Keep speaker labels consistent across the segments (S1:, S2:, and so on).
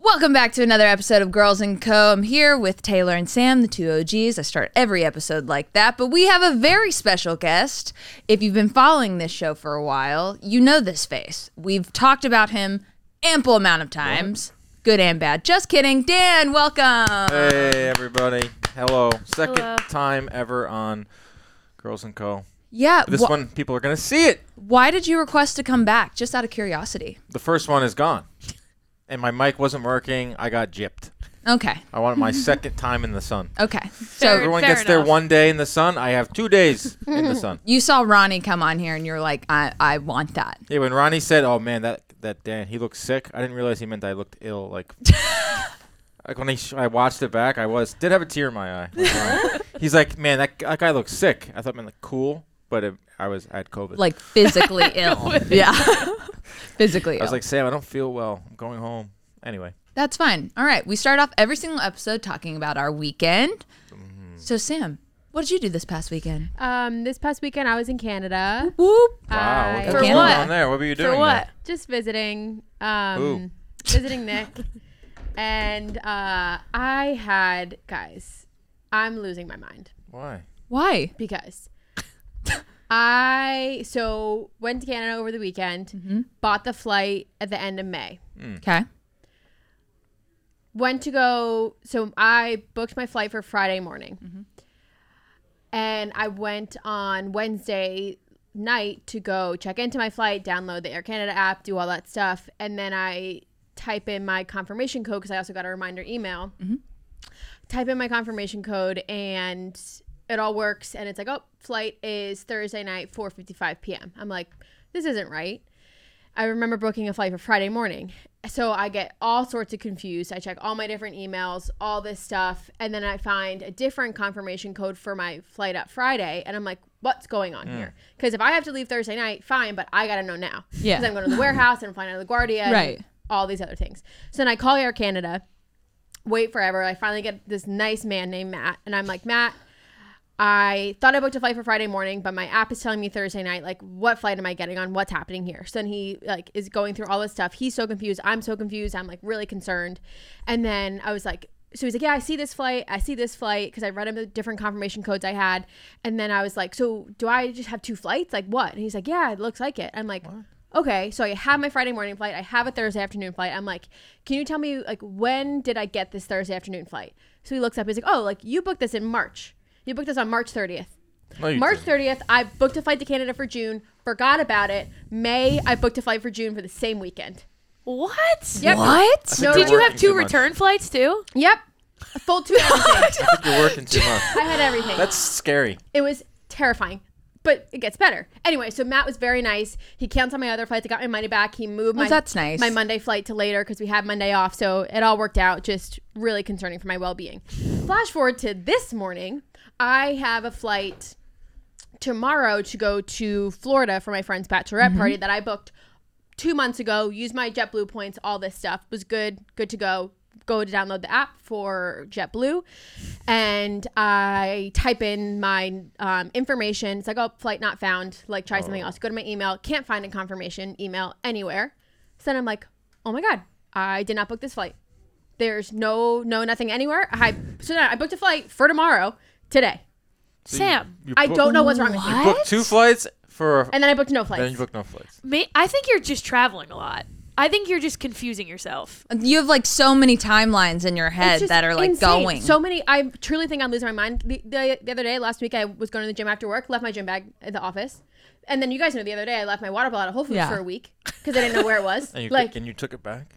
S1: Welcome back to another episode of Girls and Co. I'm here with Taylor and Sam, the two OGs. I start every episode like that, but we have a very special guest. If you've been following this show for a while, you know this face. We've talked about him ample amount of times, good and bad. Just kidding. Dan,
S2: Uh,
S1: welcome.
S2: Hey everybody! Hello. Second
S3: Hello.
S2: time ever on Girls and Co.
S1: Yeah,
S2: This
S1: wh-
S2: one, people are gonna see it.
S1: why did you request to come back? Just out of curiosity.
S2: The first one is gone, and my mic wasn't working. I got gypped.
S1: Okay.
S2: I wanted my second time in the sun.
S1: Okay.
S3: Fair-
S1: So
S2: Everyone
S3: fair
S2: gets their
S3: enough.
S2: one day in the sun. I have two days in the sun.
S1: you saw Ronnie come on here and you're like, I, I want that.
S2: Yeah, when Ronnie said, "Oh man, that that Dan, he looked sick," I didn't realize he meant I looked ill. Like, like when I, sh- I watched it back, I was did have a tear in my eye. Like, Ronnie. He's like, "Man, that, that guy looks sick." I thought, "Man, like cool," but it, I was I had COVID.
S1: Like physically ill. Yeah. physically
S2: I was
S1: ill.
S2: like, Sam, I don't feel well. I'm going home. Anyway,
S1: That's fine. All right. We start off every single episode talking about our weekend. So, Sam, what did you do this past weekend?
S3: Um, this past weekend I was in Canada.
S1: Whoop.
S2: wow,
S3: I-
S2: what
S1: For
S2: was going
S1: what?
S2: on there? What were you doing?
S3: For
S2: there?
S3: what? Just visiting. Um,
S2: Who?
S3: visiting Nick. And uh, I had guys. I'm losing my mind
S2: Why?
S1: Why?
S3: because I so went to Canada over the weekend. Bought the flight at the end of May.
S1: Okay.
S3: went to go so i booked my flight for friday morning and i went on wednesday night to go check into my flight download the air canada app do all that stuff and then i type in my confirmation code because i also got a reminder email type in my confirmation code and it all works and it's like oh flight is thursday night 4.55 p.m i'm like this isn't right I remember booking a flight for Friday morning. So I get all sorts of confused. I check all my different emails, all this stuff, and then I find a different confirmation code for my flight up Friday, and I'm like, what's going on here? Because if I have to leave Thursday night, fine, but I gotta know now.
S1: Yeah.
S3: Because I'm going to the warehouse and I'm flying out of LaGuardia, and
S1: Right.
S3: All these other things. So then I call Air Canada, wait forever. I finally get this nice man named Matt, and I'm like, Matt, I thought I booked a flight for Friday morning, but my app is telling me Thursday night, like, what flight am I getting on? What's happening here? So then he like is going through all this stuff. He's so confused. I'm so confused. I'm like really concerned. And then I was like, so he's like, yeah, I see this flight. I see this flight because I read him the different confirmation codes I had. And then I was like, so do I just have two flights? Like what? And he's like, yeah, it looks like it. I'm like, okay. So I have my Friday morning flight. I have a Thursday afternoon flight. I'm like, can you tell me like when did I get this Thursday afternoon flight? So he looks up. He's like, oh, like you booked this in March. You booked this on March 30th.
S2: No, you
S3: March
S2: didn't.
S3: 30th, I booked a flight to Canada for June, forgot about it. May, I booked a flight for June for the same weekend.
S4: What?
S3: Yep.
S1: What?
S2: No,
S4: Did you have two
S2: Too much.
S4: return flights too?
S3: Yep. A full two everything.
S2: I think you're working too much.
S3: I had everything.
S2: That's scary.
S3: it was terrifying. But it gets better. Anyway, so Matt was very nice. He canceled my other flights. I got my money back. He moved my
S1: Oh, that's nice.
S3: my Monday flight to later because we had Monday off. So it all worked out. Just really concerning for my well being. Flash forward to this morning. I have a flight tomorrow to go to Florida for my friend's bachelorette
S1: Mm-hmm.
S3: party that I booked two months ago. Used my JetBlue points. All this stuff was good. Good to go. Go to download the app for JetBlue, and I type in my um, information. It's like, oh, flight not found. Like, try
S2: Oh.
S3: something else. Go to my email. Can't find a confirmation email anywhere. So then I'm like, oh my god, I did not book this flight. There's no, no, nothing anywhere. I so now I booked a flight for tomorrow today.
S4: Sam,
S2: You
S3: I
S2: book-
S3: don't know what's wrong with me.
S2: You
S4: What?
S2: booked two flights for. A,
S3: And then I booked no flights.
S2: then you booked no flights.
S4: me, I think you're just traveling a lot. I think you're just confusing yourself.
S1: You have like so many timelines in your
S3: It's
S1: head
S3: just
S1: that are like
S3: insane.
S1: going.
S3: So many. I truly think I'm losing my mind. The, the, the other day, last week, I was going to the gym after work, left my gym bag at the office. And then you guys know the other day, I left my water bottle at Whole Foods
S1: Yeah.
S3: for a week because I didn't know where it was.
S2: And you
S3: like,
S2: and you took it back.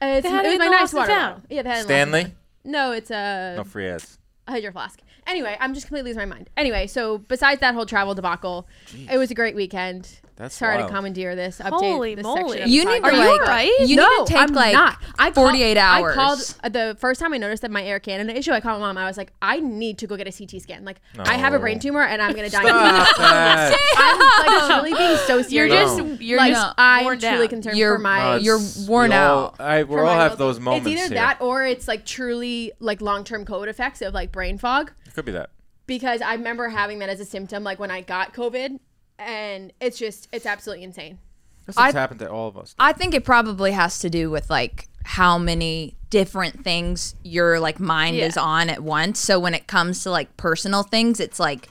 S3: uh, it's,
S4: They
S3: it
S4: had it
S3: was
S4: in
S3: my
S4: the
S3: nice
S4: lost and
S3: water
S4: found.
S3: bottle. Yeah, they had it in the lost and
S2: Stanley,
S3: found. No, it's a.
S2: no free ads.
S3: I had your flask. Anyway, I'm just completely losing my mind. Anyway, so besides that whole travel debacle, it was a great weekend.
S2: That's
S3: Sorry
S2: wild.
S3: to commandeer this update.
S4: Holy
S3: this
S4: moly.
S3: section of the
S1: you need to
S3: podcast.
S4: Are you
S1: like,
S4: alright?
S1: you need to take
S3: I'm
S1: like
S3: not. I call-
S1: 48 hours.
S3: I called uh, the first time I noticed that my Air Canada issue. I called my mom. I was like, I need to go get a CT scan. Like, I have a
S2: No.
S3: brain tumor and I'm gonna die.
S2: Stop that.
S3: I'm like really being so
S4: You're
S3: serious.
S4: just you're
S3: like
S4: just
S3: I'm
S4: worn down.
S3: truly concerned
S1: You're-
S3: for my.
S1: No, You're
S2: it's-
S1: worn
S2: we all-
S1: out.
S2: I, we
S3: for
S2: all
S3: my
S2: Uh, have
S3: well-being.
S2: those moments.
S3: It's either
S2: here.
S3: that or it's like truly like long term COVID effects of like brain fog
S2: It could be that.
S3: because I remember having that as a symptom like when I got COVID and it's just it's absolutely insane.
S2: That's what's happened to all of us.
S1: I think it probably has to do with like how many different things your like mind
S4: Yeah.
S1: is on at once. So when it comes to like personal things, it's like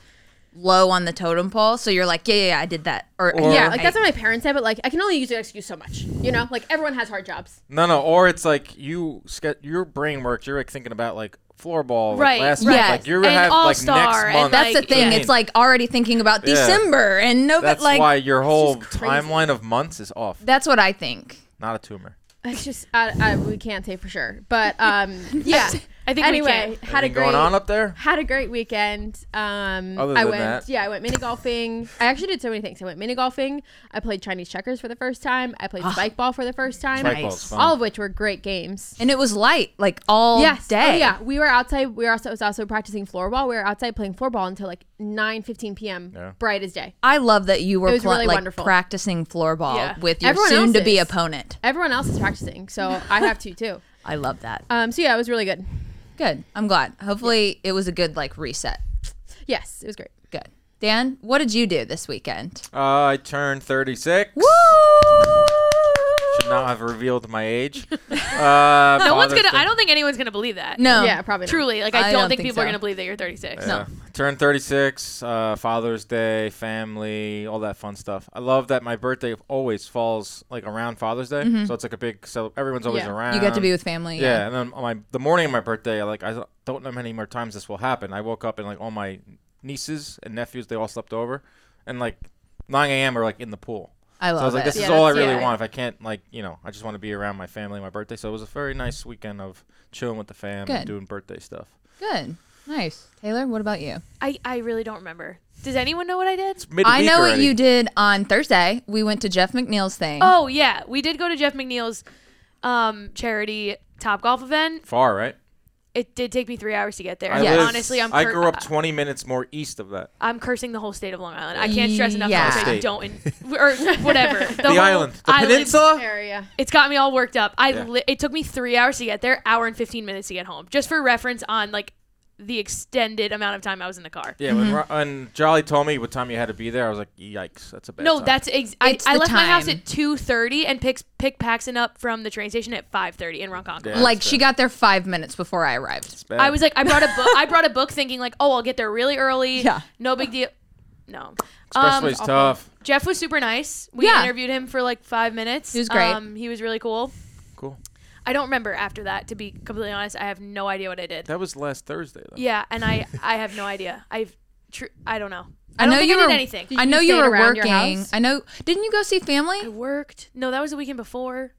S1: low on the totem pole. So you're like, yeah, yeah, yeah I did that. Or,
S2: Or-
S1: yeah,
S3: yeah, like that's what my parents said, but like I can only use that excuse so much. You know, like everyone has hard jobs.
S2: No, no. Or it's like you ske- your brain works. You're like thinking about like floorball, like,
S4: Right,
S2: last
S1: right.
S2: month. Like you
S4: And
S2: have like next
S4: All-Star, and
S2: month.
S1: that's
S4: like,
S1: the thing.
S4: yeah.
S1: It's like already thinking about
S2: Yeah.
S1: December and no,
S2: that's
S1: but like
S2: why your whole
S3: just crazy.
S2: timeline of months is off.
S1: that's what I think.
S2: Not a tumor.
S3: It's just I, I, we can't say for sure, but um, yeah.
S4: I think we
S3: anyway,
S4: can.
S3: had a
S2: Anything
S3: great
S2: going on up there?
S3: had a great weekend. Um,
S2: Other
S3: I
S2: than
S3: went,
S2: that.
S3: yeah, I went mini golfing. I actually did so many things. I went mini golfing. I played Chinese checkers for the first time. I
S4: Ah.
S3: played spike ball for the first time.
S2: Spike ball's
S1: Nice.
S2: fun.
S3: All of which were great games.
S1: And it was light, like all
S3: yes.
S1: day.
S3: Oh, yeah. We were outside. We were also, was also practicing floorball. We were outside playing floorball until like nine fifteen p.m.
S2: Yeah.
S3: Bright as day.
S1: I love that you were
S3: It was
S1: pla-
S3: really
S1: like
S3: wonderful.
S1: practicing floorball
S4: Yeah.
S1: with your
S3: Everyone
S1: soon to be
S3: else's.
S1: opponent.
S3: Everyone else is practicing, so I have to too.
S1: I love that.
S3: Um, so yeah, it was really good.
S1: Good. I'm glad. Hopefully it was a good like reset.
S3: Yes, it was great.
S1: Good. Dan, what did you do this weekend?
S2: Uh, I turned 36. Should not have revealed my age. Uh,
S4: No one's gonna. I don't think anyone's gonna believe that.
S1: No.
S3: yeah, probably. not.
S4: Um, Truly, like I, don't, think, people
S1: so.
S4: are gonna believe that you're 36.
S2: Yeah. Turned 36, uh, Father's Day, family, all that fun stuff. I love that my birthday always falls like around Father's Day, so it's like a big. So everyone's always
S3: Yeah.
S2: around.
S1: You get to be with family.
S2: Yeah, and then on my the morning of my birthday, like I don't- don't know how many more times this will happen. I woke up and like all my nieces and nephews, they all slept over, and like 9 a.m. are like in the pool.
S1: I
S2: So
S1: love
S2: I was like,
S1: it.
S2: this is
S3: Yeah,
S2: all I
S3: that's-
S2: really
S3: yeah.
S2: want. If I can't, like, you know, I just want to be around my family, on my birthday. So it was a very nice weekend of chilling with the fam
S1: Good.
S2: and doing birthday stuff.
S1: Good. Nice. Taylor, what about you?
S4: I, I really don't remember. Does anyone know what I did?
S2: It's midweek
S1: I know what
S2: already.
S1: you did on Thursday. We went to Jeff McNeil's thing.
S4: Oh yeah, we did go to Jeff McNeil's um, charity top golf event.
S2: Far right.
S4: It did take me three hours to get there.
S2: I
S1: Yeah.
S2: live-
S4: Honestly, I'm
S2: I
S4: cur-
S2: grew up 20 minutes more east of that.
S4: I'm cursing the whole state of Long Island. I can't stress enough.
S1: Yeah.
S4: how much I
S2: State.
S4: don't en- or whatever the,
S2: The
S4: whole
S2: island, the peninsula.
S3: Area.
S4: It's got me all worked up. I
S2: Yeah.
S4: li- it took me three hours to get there, hour and fifteen minutes to get home. Just for reference, on like the extended amount of time I was in the car.
S2: Yeah,
S1: Mm-hmm.
S2: when, Ro- when Jolly told me what time you had to be there, I was like, "Yikes, that's a bad."
S4: No,
S2: time.
S4: that's ex- I,
S1: It's
S4: I
S1: the
S4: left my house
S1: time.
S4: at two thirty and picked pick Paxton up from the train station at five thirty in Ronkonkoma.
S2: Yeah,
S1: like
S2: that's
S1: she
S2: bad.
S1: got there five minutes before I arrived.
S2: It's bad.
S4: I was like, I brought a book. I brought a book, thinking like, oh, I'll get there really early.
S1: Yeah.
S4: No big deal. No. Um,
S2: Expressway's tough.
S4: Jeff was super nice. We
S1: Yeah.
S4: interviewed him for like five minutes.
S1: He was great.
S4: Um, he was really cool.
S2: Cool.
S4: I don't remember after that. To be completely honest, I have no idea what I did.
S2: That was last Thursday though.
S4: Yeah, and I I have no idea. I've tr- I don't know.
S1: I,
S4: I, don't
S1: know
S4: think
S1: you
S4: I did
S1: were
S4: anything.
S1: I
S3: you
S1: know you
S3: stayed
S1: were
S3: around your
S1: working.
S3: house?
S1: I know. Didn't you go see family?
S4: I worked. No, that was the weekend before.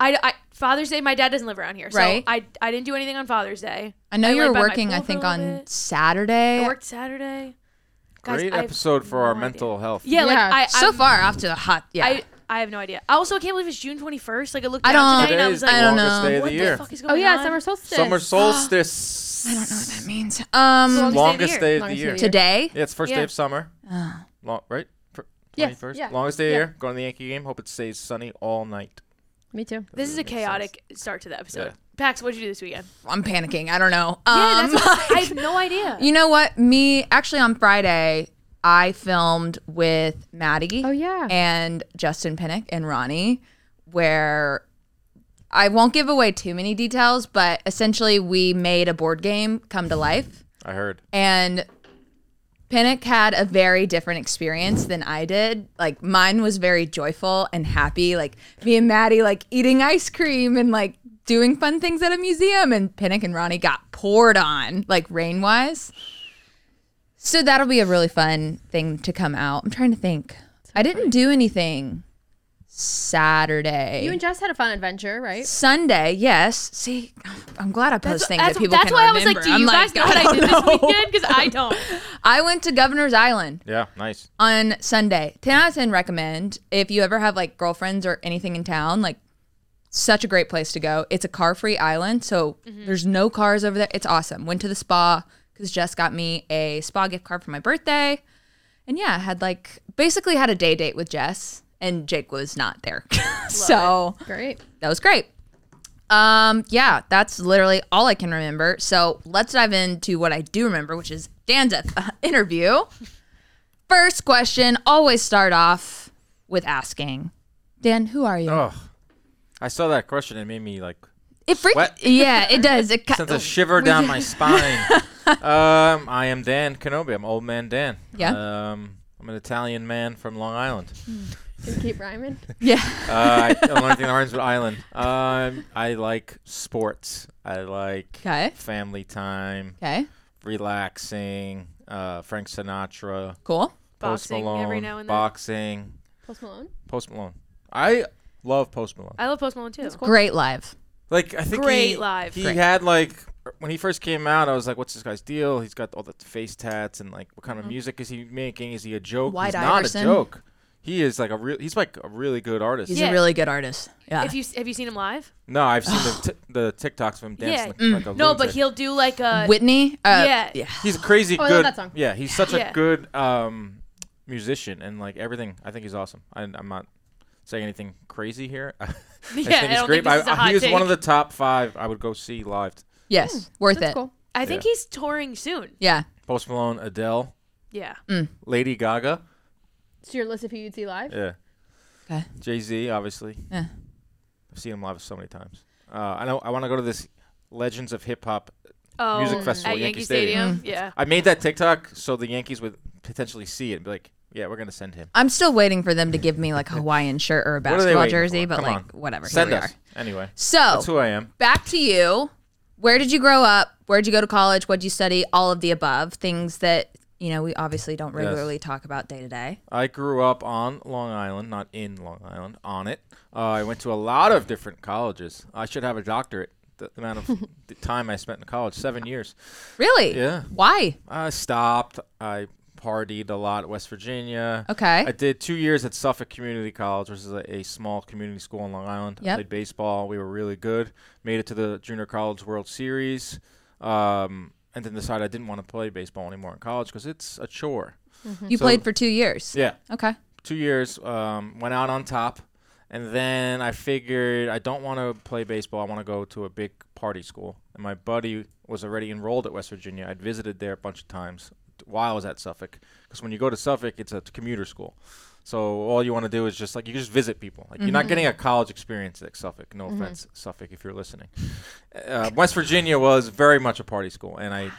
S4: I, I Father's Day. My dad doesn't live around here, so
S1: Right.
S4: I I didn't do anything on Father's Day.
S1: I know you
S4: laid
S1: were
S4: by my
S1: working.
S4: pool
S1: I
S4: for a
S1: think
S4: little
S1: on
S4: bit.
S1: Saturday.
S4: I worked Saturday. Guys,
S2: Great
S4: I have
S2: episode for our
S4: no idea.
S2: mental health.
S4: Yeah, like
S3: Yeah.
S4: I
S1: so
S4: I'm-
S1: far off to the hot. Yeah,
S4: I I have no idea. Also, I can't believe it's June 21st. Like I looked
S1: I
S4: down
S1: don't-
S4: today and I
S2: Today
S4: was
S2: is
S4: like,
S1: I
S2: the
S1: don't
S2: longest
S1: know.
S2: day of
S4: what
S2: the
S4: the
S2: year.
S4: fuck is going
S3: Oh
S4: on?
S3: yeah, summer solstice.
S2: Summer solstice.
S1: I don't know what that means. Um,
S4: Longest day of the
S2: longest
S4: year.
S2: day of the year.
S3: Longest day of the year.
S1: today.
S2: Yeah, Oh. it's first
S4: Yeah.
S2: day of summer. Long, right? Fir-
S3: Yes,
S2: 21st?
S3: yeah,
S2: Longest day of the
S3: yeah.
S2: year. Going to the Yankee game. Hope it stays sunny all night.
S3: Me too.
S4: This is a
S2: Makes sense.
S4: chaotic start to the episode.
S2: Yeah.
S4: Pax, what'd you do this weekend?
S1: I'm panicking. I don't know.
S4: yeah,
S1: Um,
S4: that's what, I have no idea.
S1: you know what? Me actually on Friday, I filmed with Maddie.
S3: Oh, yeah.
S1: and Justin Pinnick and Ronnie, where I won't give away too many details, but essentially we made a board game come to life.
S2: I heard.
S1: and Pinnock had a very different experience than I did. Like mine was very joyful and happy. Like me and Maddie, like eating ice cream and like doing fun things at a museum. And Pinnock and Ronnie got poured on, like rain wise. So that'll be a really fun thing to come out. I'm trying to think. I didn't do anything Saturday.
S3: You and Jess had a fun adventure, right?
S1: Sunday, yes. See, I'm glad I post
S4: that's
S1: things
S4: that's,
S1: that people
S4: that's
S1: can
S4: why I was
S1: remember.
S4: like, do
S1: I'm
S4: you guys know what I
S1: don't
S4: did
S1: know.
S4: this weekend? Because I don't.
S1: I went to Governor's Island.
S2: Yeah, nice.
S1: on Sunday. 10 out of 10 recommend. If you ever have like girlfriends or anything in town, like such a great place to go. It's a car free island. So there's no cars over there. It's awesome. Went to the spa because Jess got me a spa gift card for my birthday. And yeah, I had like basically had a day date with Jess and Jake was not there. so
S3: Great.
S1: that was great. Um, yeah, that's literally all I can remember. So let's dive into what I do remember, which is Dan's uh, interview. First question, always start off with asking, Dan, who are you?
S2: Oh, I saw that question. It made me like
S1: It freaks.
S2: What?
S1: Yeah, it does. It
S2: sent
S1: kind
S2: a shiver down my spine. um, I am Dan Kenobi. I'm old man Dan.
S1: Yeah.
S2: Um, I'm an Italian man from Long Island.
S3: Can we keep rhyming?
S1: yeah.
S2: Uh, I don't know anything that rhymes with island. Um, I like sports. I like
S1: Okay.
S2: family time,
S1: Okay.
S2: relaxing. Uh, Frank Sinatra,
S1: Cool.
S2: Post
S4: Boxing
S2: Malone,
S4: every now and then.
S2: boxing,
S3: Post Malone.
S2: Post Malone. I love Post Malone.
S4: I love Post Malone too.
S1: Great live.
S2: Like I think
S4: Great
S2: he,
S4: live.
S2: He
S1: Great.
S2: had like when he first came out, I was like, "What's this guy's deal? He's got all the face tats and like what kind
S4: Mm-hmm.
S2: of music is he making? Is he a joke?
S1: White
S2: he's not
S1: Iverson.
S2: a joke. He is like a real. He's like a really good artist.
S1: He's
S4: Yeah.
S1: a really good artist. Yeah.
S4: If you have you seen him live?
S2: no, I've seen the, t- the TikToks of him
S4: Yeah. Mm.
S2: dancing like, like a
S4: No, but
S2: lunatic.
S4: he'll do like a
S1: Whitney. Uh,
S4: yeah.
S2: he's a crazy
S3: Oh, I
S2: good.
S3: love that song.
S2: Yeah, he's such
S4: Yeah.
S2: a good um, musician and like everything. I think he's awesome. I, I'm not saying anything crazy here. I
S4: yeah.
S2: just
S4: I
S2: think he's
S4: don't
S2: great.
S4: think this
S2: but
S4: is a
S2: I-
S4: hot
S2: he was one of the
S4: take.
S2: top five I would go see live.
S1: Yes.
S4: Hmm.
S1: Worth
S3: That's
S1: it.
S3: cool.
S4: I think
S2: Yeah.
S4: he's touring soon.
S1: Yeah.
S2: Post Malone, Adele,
S4: Yeah.
S2: Lady Gaga.
S3: So your list of who you'd see live?
S2: Yeah.
S1: 'Kay.
S2: Jay Z, obviously.
S1: Yeah.
S2: I've seen him live so many times. Uh, I know. I want to go to this Legends of Hip Hop.
S4: Oh,
S2: Music festival,
S4: at
S2: Yankee
S4: Yankee
S2: Stadium.
S4: Stadium. Yeah.
S2: I made that TikTok so the Yankees would potentially see it and be like, "Yeah, we're gonna send him."
S1: I'm still waiting for them to give me like a Hawaiian shirt or a
S2: What are they
S1: basketball
S2: waiting
S1: jersey,
S2: for?
S1: but
S2: Come
S1: like
S2: on.
S1: whatever.
S2: Send
S1: Here we
S2: us
S1: are.
S2: anyway. That's
S1: So
S2: who I am.
S1: back to you. Where did you grow up? Where'd you go to college? What'd you study? All of the above. Things that you know we obviously don't regularly talk about day to day.
S2: I grew up on Long Island, not in Long Island, on it. Uh, I went to a lot of different colleges. I should have a doctorate. The the amount of the time I spent in college, seven years.
S1: Really?
S2: Yeah.
S1: Why?
S2: I stopped. I partied a lot at West Virginia.
S1: Okay.
S2: I did two years at Suffolk Community College, which is a, a small community school in Long Island.
S1: Yep.
S2: I played baseball. We were really good. Made it to the Junior College World Series, um, and then decided I didn't want to play baseball anymore in college because it's a chore.
S1: you
S2: So-
S1: played for two years.
S2: Yeah,
S1: Okay.
S2: two years. Um, went out on top, and then I figured I don't want to play baseball. I want to go to a big party school. And my buddy was already enrolled at West Virginia. I'd visited there a bunch of times while I was at Suffolk, because when you go to Suffolk, it's a commuter school. So all you want to do is just like you just visit people. Like you're not getting a college experience at Suffolk. No offense, Suffolk, if you're listening. Uh, West Virginia was very much a party school, and I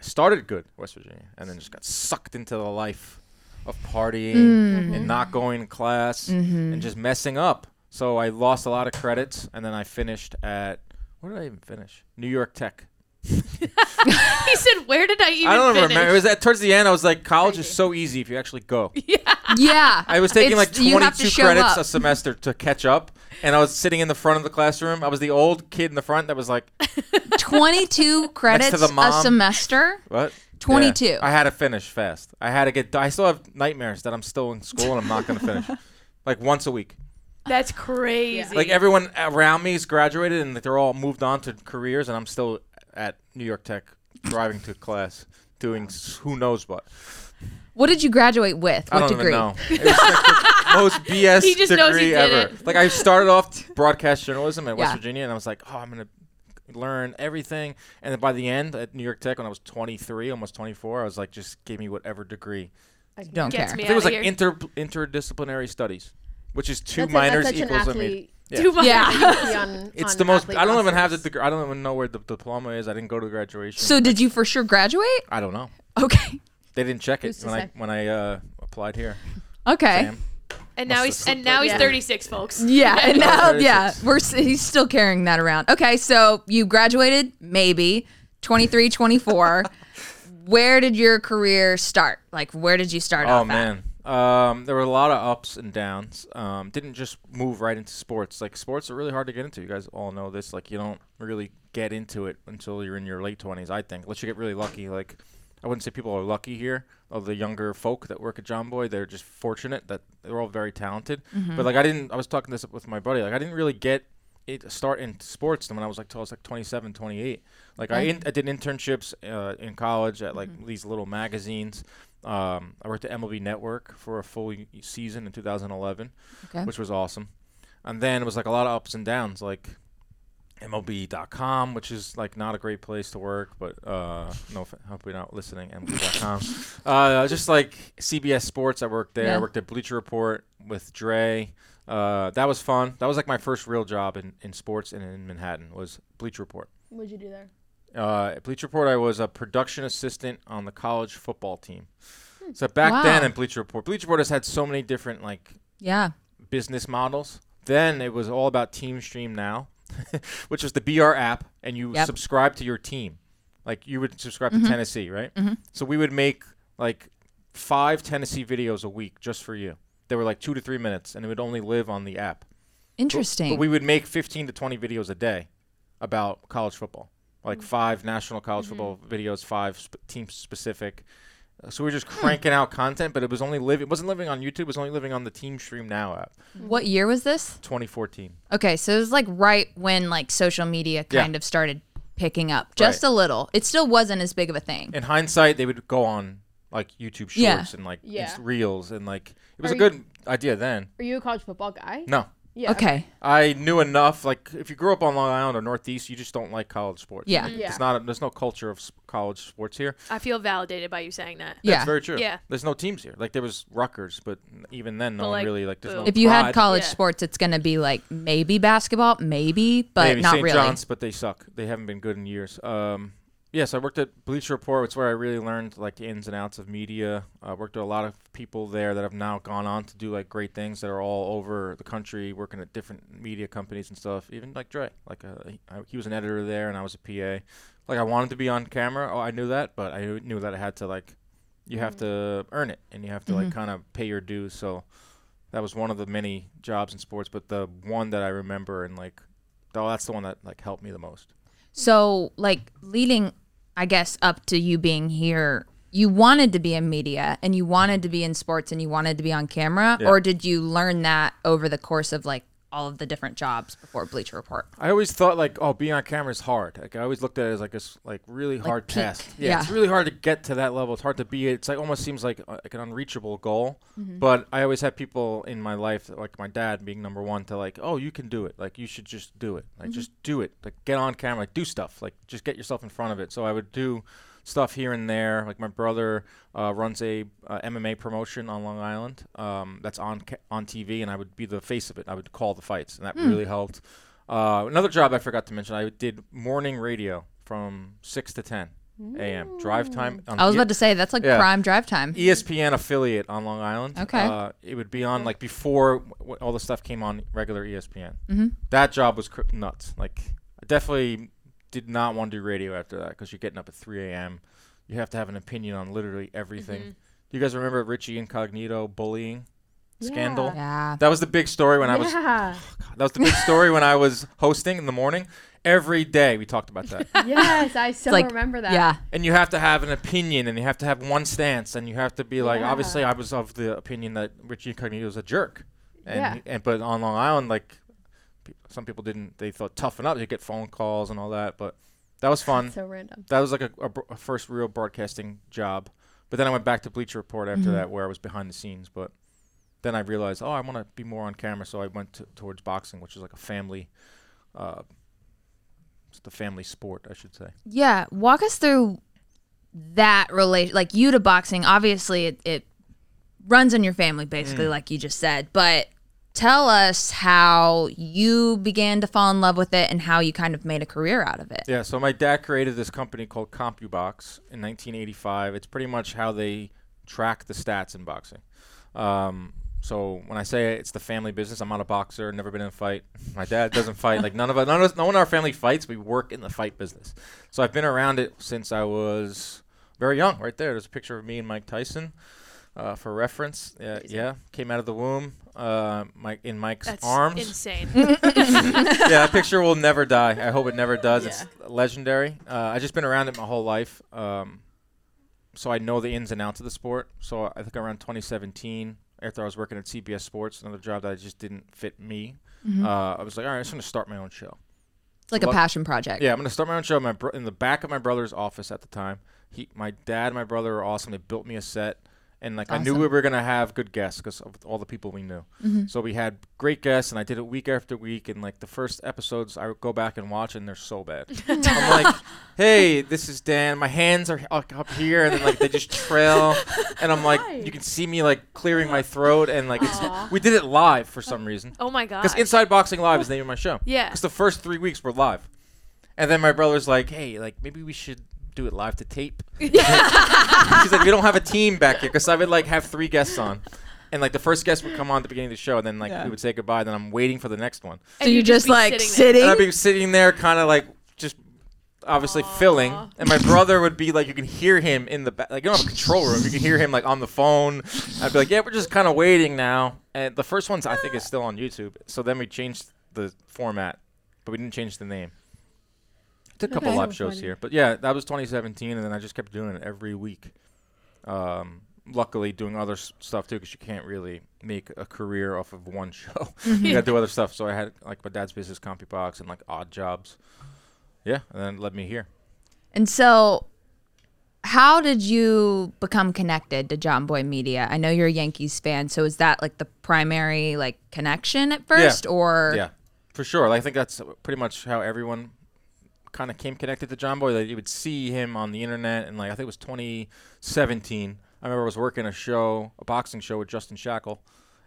S2: I started good at West Virginia, and then just got sucked into the life of partying
S1: Mm-hmm.
S2: and not going to class and just messing up. So I lost a lot of credits, and then I finished at where did I even finish? New York Tech.
S4: he said, "Where did I even?"
S2: I don't even
S4: finish?
S2: remember. It was at towards the end. I was like, college is so easy if you actually go.
S1: Yeah.
S2: I was taking like
S1: It's- you have to
S2: 22
S1: show
S2: credits
S1: up.
S2: a semester to catch up, and I was sitting in the front of the classroom. I was the old kid in the front that was like,
S1: 22 credits
S2: the
S1: a
S2: mom.
S1: semester.
S2: "What?"
S1: 22.
S2: Yeah. I had to finish fast. I had to get. I still have nightmares that I'm still in school and I'm not gonna finish. like once a week.
S4: That's crazy.
S2: Like everyone around me has graduated and they're all moved on to careers, and I'm still at New York Tech driving to class. Doing s- who knows what.
S1: What did you graduate with? What
S2: I don't
S1: degree?
S2: even know. It was like the most BS
S4: He just
S2: degree
S4: knows he did
S2: ever.
S4: it.
S2: Like I started off broadcast journalism at West
S1: Yeah.
S2: Virginia, and I was like, oh, I'm gonna learn everything. And then by the end at New York Tech, when I was 23, almost 24, I was like, just give me whatever degree
S1: Don't
S4: Gets
S1: care.
S4: me
S2: I think it was
S4: outta
S2: like
S4: here.
S2: inter interdisciplinary studies, which is two
S3: That's a-
S2: minors
S3: that's such an
S2: equals a major.
S3: athlete-
S2: Yeah.
S4: Too much.
S1: Yeah.
S3: see on-
S2: It's
S3: on
S2: the most.
S3: athlete
S2: I don't even
S3: rosters.
S2: have the. Deg- I don't even know where the diploma is. I didn't go to graduation.
S1: So did you for sure graduate?
S2: I don't know.
S1: Okay.
S2: They didn't check it
S3: Who's to
S2: when I
S3: say?
S2: when I uh, applied here.
S1: Okay.
S2: Sam.
S4: And now
S2: Must've
S4: he's
S2: slipped
S4: and now he's
S3: Yeah.
S4: 36, folks.
S1: Yeah, and now
S2: very
S1: yeah,
S2: six.
S1: we're s- he's still carrying that around. Okay, so you graduated maybe 23, 24. where did your career start? Like where did you start
S2: Oh
S1: off at?
S2: man, um, there were a lot of ups and downs. Um, didn't just move right into sports. Like sports are really hard to get into. You guys all know this. Like you don't really get into it until you're in your late twenties. I think unless you get really lucky. Like I wouldn't say people are lucky here. Of the younger folk that work at John Boy, they're just fortunate that they're all very talented.
S3: Mm-hmm.
S2: But like I didn't. I was talking this with my buddy. Like I didn't really get it a start in sports when I was like till I was like 27, 28. Like I, in, I did internships uh, in college at like these little magazines. Um, I worked at MLB Network for a full y- season in 2011,
S1: Okay.
S2: which was awesome. And then it was like a lot of ups and downs. Like MLB.com, which is like not a great place to work, but uh, no, off- hope you're not listening. MLB.com, uh, just like CBS Sports, I worked there.
S1: Yeah.
S2: I worked at Bleacher Report with Dre. Uh, that was fun. That was like my first real job in, in sports and in Manhattan was Bleacher Report.
S3: What'd you do there?
S2: Uh, at Bleacher Report, I was a production assistant on the college football team.
S3: Hmm.
S2: So back then
S1: Wow.
S2: in Bleacher Report, Bleacher Report has had so many different like
S1: Yeah.
S2: business models. Then it was all about Team Stream Now, which was the BR app, and you
S1: Yep.
S2: subscribe to your team. Like you would subscribe to Tennessee, right? So we would make like five Tennessee videos a week just for you. They were like two to three minutes, and it would only live on the app.
S1: Interesting.
S2: But we would make 15 to 20 videos a day about college football, like five national college football videos, five sp- team specific. Uh, So we were just cranking out content, but it was only living. It wasn't living on YouTube. It was only living on the Team Stream Now app,
S1: what year was this?
S2: 2014.
S1: Okay, so it was like right when like social media
S2: Yeah.
S1: kind of started picking up just a little. It still wasn't as big of a thing.
S2: In hindsight, they would go on like YouTube Shorts
S1: Yeah.
S2: and like
S3: Yeah.
S2: Inst- Reels, and like it was
S3: Are
S2: a
S3: you-
S2: good idea then.
S3: Are you a college football guy?
S2: No,
S3: Yeah.
S1: Okay.
S2: I knew enough. Like if you grew up on Long Island or Northeast, you just don't like college sports.
S1: Yeah.
S2: Like,
S3: Yeah.
S2: it's not. A, there's no culture of s college sports here.
S4: I feel validated by you saying that.
S1: Yeah.
S2: That's very true.
S4: Yeah.
S2: There's no teams here. Like there was Rutgers, but even then, no
S4: But,
S2: one
S4: like,
S2: really like. There's no
S4: boo.
S1: If you had
S2: pride.
S1: college
S4: Yeah.
S1: sports, it's going to be like maybe basketball, maybe, but
S2: Maybe
S1: not
S2: St.
S1: really.
S2: John's, but they suck. They haven't been good in years. Um, yes, I worked at Bleacher Report. It's where I really learned like the ins and outs of media. I worked with a lot of people there that have now gone on to do like great things that are all over the country, working at different media companies and stuff. Even like Dre, like uh, he, I, he was an editor there, and I was a PA. Like I wanted to be on camera. Oh, I knew that, but I knew that I had to like, you
S1: Mm.
S2: have to earn it, and you have to like
S1: Mm-hmm.
S2: kind of pay your dues. So. That was one of the many jobs in sports, but the one that I remember and like though oh, that's the one that like helped me the most.
S1: So, like leading, I guess, up to you being here, you wanted to be in media and you wanted to be in sports and you wanted to be on camera,
S2: Yeah.
S1: or did you learn that over the course of like all of the different jobs before Bleacher Report?
S2: I always thought like, oh, being on camera is hard. Like I always looked at it as like a s- like really hard
S1: peak.
S2: task. Yeah, it's
S1: Yeah.
S2: really hard to get to that level. It's hard to be. It's like almost seems like, uh, like an unreachable goal.
S1: Mm-hmm.
S2: But I always had people in my life, like my dad being number one, to like, oh, you can do it. Like you should just do it.
S1: Mm-hmm.
S2: Like just do it. Like get on camera. Like do stuff. Like just get yourself in front of it. So I would do stuff here and there. Like my brother uh, runs a uh, MMA promotion on Long Island. Um, that's on ca- on TV, and I would be the face of it. I would call the fights, and that
S1: Hmm.
S2: really helped. Uh, another job I forgot to mention. I did morning radio from six to ten a.m. drive time. On
S1: I was
S2: E-
S1: about to say that's like
S2: Yeah.
S1: prime drive time.
S2: ESPN affiliate on Long Island.
S1: Okay.
S2: Uh, it would be on like before w- all the stuff came on regular E ESPN.
S1: Mm-hmm.
S2: That job was cr- nuts. Like, I definitely did not want to do radio after that because you're getting up at 3 a.m. You have to have an opinion on literally everything.
S1: Mm-hmm.
S2: Do you guys remember Richie Incognito bullying scandal?
S3: Yeah.
S1: Yeah.
S2: That was the big story when I was
S3: Yeah.
S2: that was the big story when I was hosting in the morning. Every day we talked about that.
S3: yes, I still
S1: like-
S3: remember that.
S1: Yeah.
S2: and you have to have an opinion and you have to have one stance and you have to be like
S3: Yeah.
S2: obviously i was of the opinion that richie incognito was a jerk and,
S3: Yeah.
S2: and but on long island like pe- some people didn't they thought toughen up you get phone calls and all that but that was fun
S3: So random.
S2: that was like a, a bro- a first real broadcasting job but then i went back to bleacher report after that where i was behind the scenes but then i realized oh i want to be more on camera so i went t- towards boxing which is like a family uh, it's the family sport i should say
S1: Yeah, walk us through that relation, like you to boxing. Obviously, it, it runs in your family, basically,
S2: Mm.
S1: like you just said. But tell us how you began to fall in love with it and how you kind of made a career out of it.
S2: Yeah, so my dad created this company called CompuBox in 1985. It's pretty much how they track the stats in boxing. Um, so when I say it's the family business, I'm not a boxer, never been in a fight. My dad doesn't fight. Like none of us, none of us, no one in our family fights. We work in the fight business. So I've been around it since I was very young. Right there, there's a picture of me and Mike Tyson. Uh, for reference, yeah, yeah, came out of the womb, uh, Mike in Mike's
S4: That's
S2: arms
S4: insane.
S2: yeah, that picture will never die. I hope it never does. It's legendary. Uh, I've just been around it my whole life, um, so I know the ins and outs of the sport. So I think around 2017, after I was working at CBS Sports, another job that I just didn't fit me, uh, I was like, all right, I'm just gonna start my own show.
S1: It's like a
S2: Love-
S1: passion project.
S2: Yeah, I'm gonna start my own show. My bro- in the back of my brother's office at the time. He, my dad, and my brother were awesome. They built me a set, and like I knew we were gonna have good guests because of all the people we knew. So we had great guests, and I did it week after week. And like the first episodes, I would go back and watch, and they're so bad. I'm like, hey, this is Dan. My hands are up up here, and then like they just trail, and I'm like, you can see me like clearing my throat, and like it's, we did it live for some reason.
S4: Oh my god.
S2: Because Inside Boxing Live is the name of my show.
S4: Yeah.
S2: Because the first three weeks were live. And then my brother's like, hey, like maybe we should do it live to tape. She's like, we don't have a team back here. Because I would like have three guests on. And like the first guest would come on at the beginning of the show, and then like
S5: Yeah.
S2: we would say goodbye. Then I'm waiting for the next one,
S1: So
S4: And
S1: you're
S4: you'd
S1: just,
S4: be
S1: like
S4: there.
S1: sitting.
S2: and I'd be sitting there, kind of like just obviously filling. And my brother would be like, you can hear him in the back, like you don't have a control room, you can hear him like on the phone. I'd be like, yeah, we're just kind of waiting now. And the first one's I think is still on YouTube. So then we changed the format, but we didn't change the name. Did a couple
S1: Okay.
S2: live shows here, but yeah, that was 2017, and then I just kept doing it every week. Um, luckily, doing other s- stuff too, because you can't really make a career off of one show. you got to do other stuff. So I had like my dad's business, CompuBox, and like odd jobs. Yeah, and then it led me here.
S1: And so, how did you become connected to John Boy Media? I know you're a Yankees fan, so is that like the primary like connection at first, or
S2: Yeah, for sure. Like, I think that's pretty much how everyone kind of came connected to John Boy. Like, you would see him on the internet, and like I think it was 2017. I remember I was working a show, a boxing show with Justin Shackle,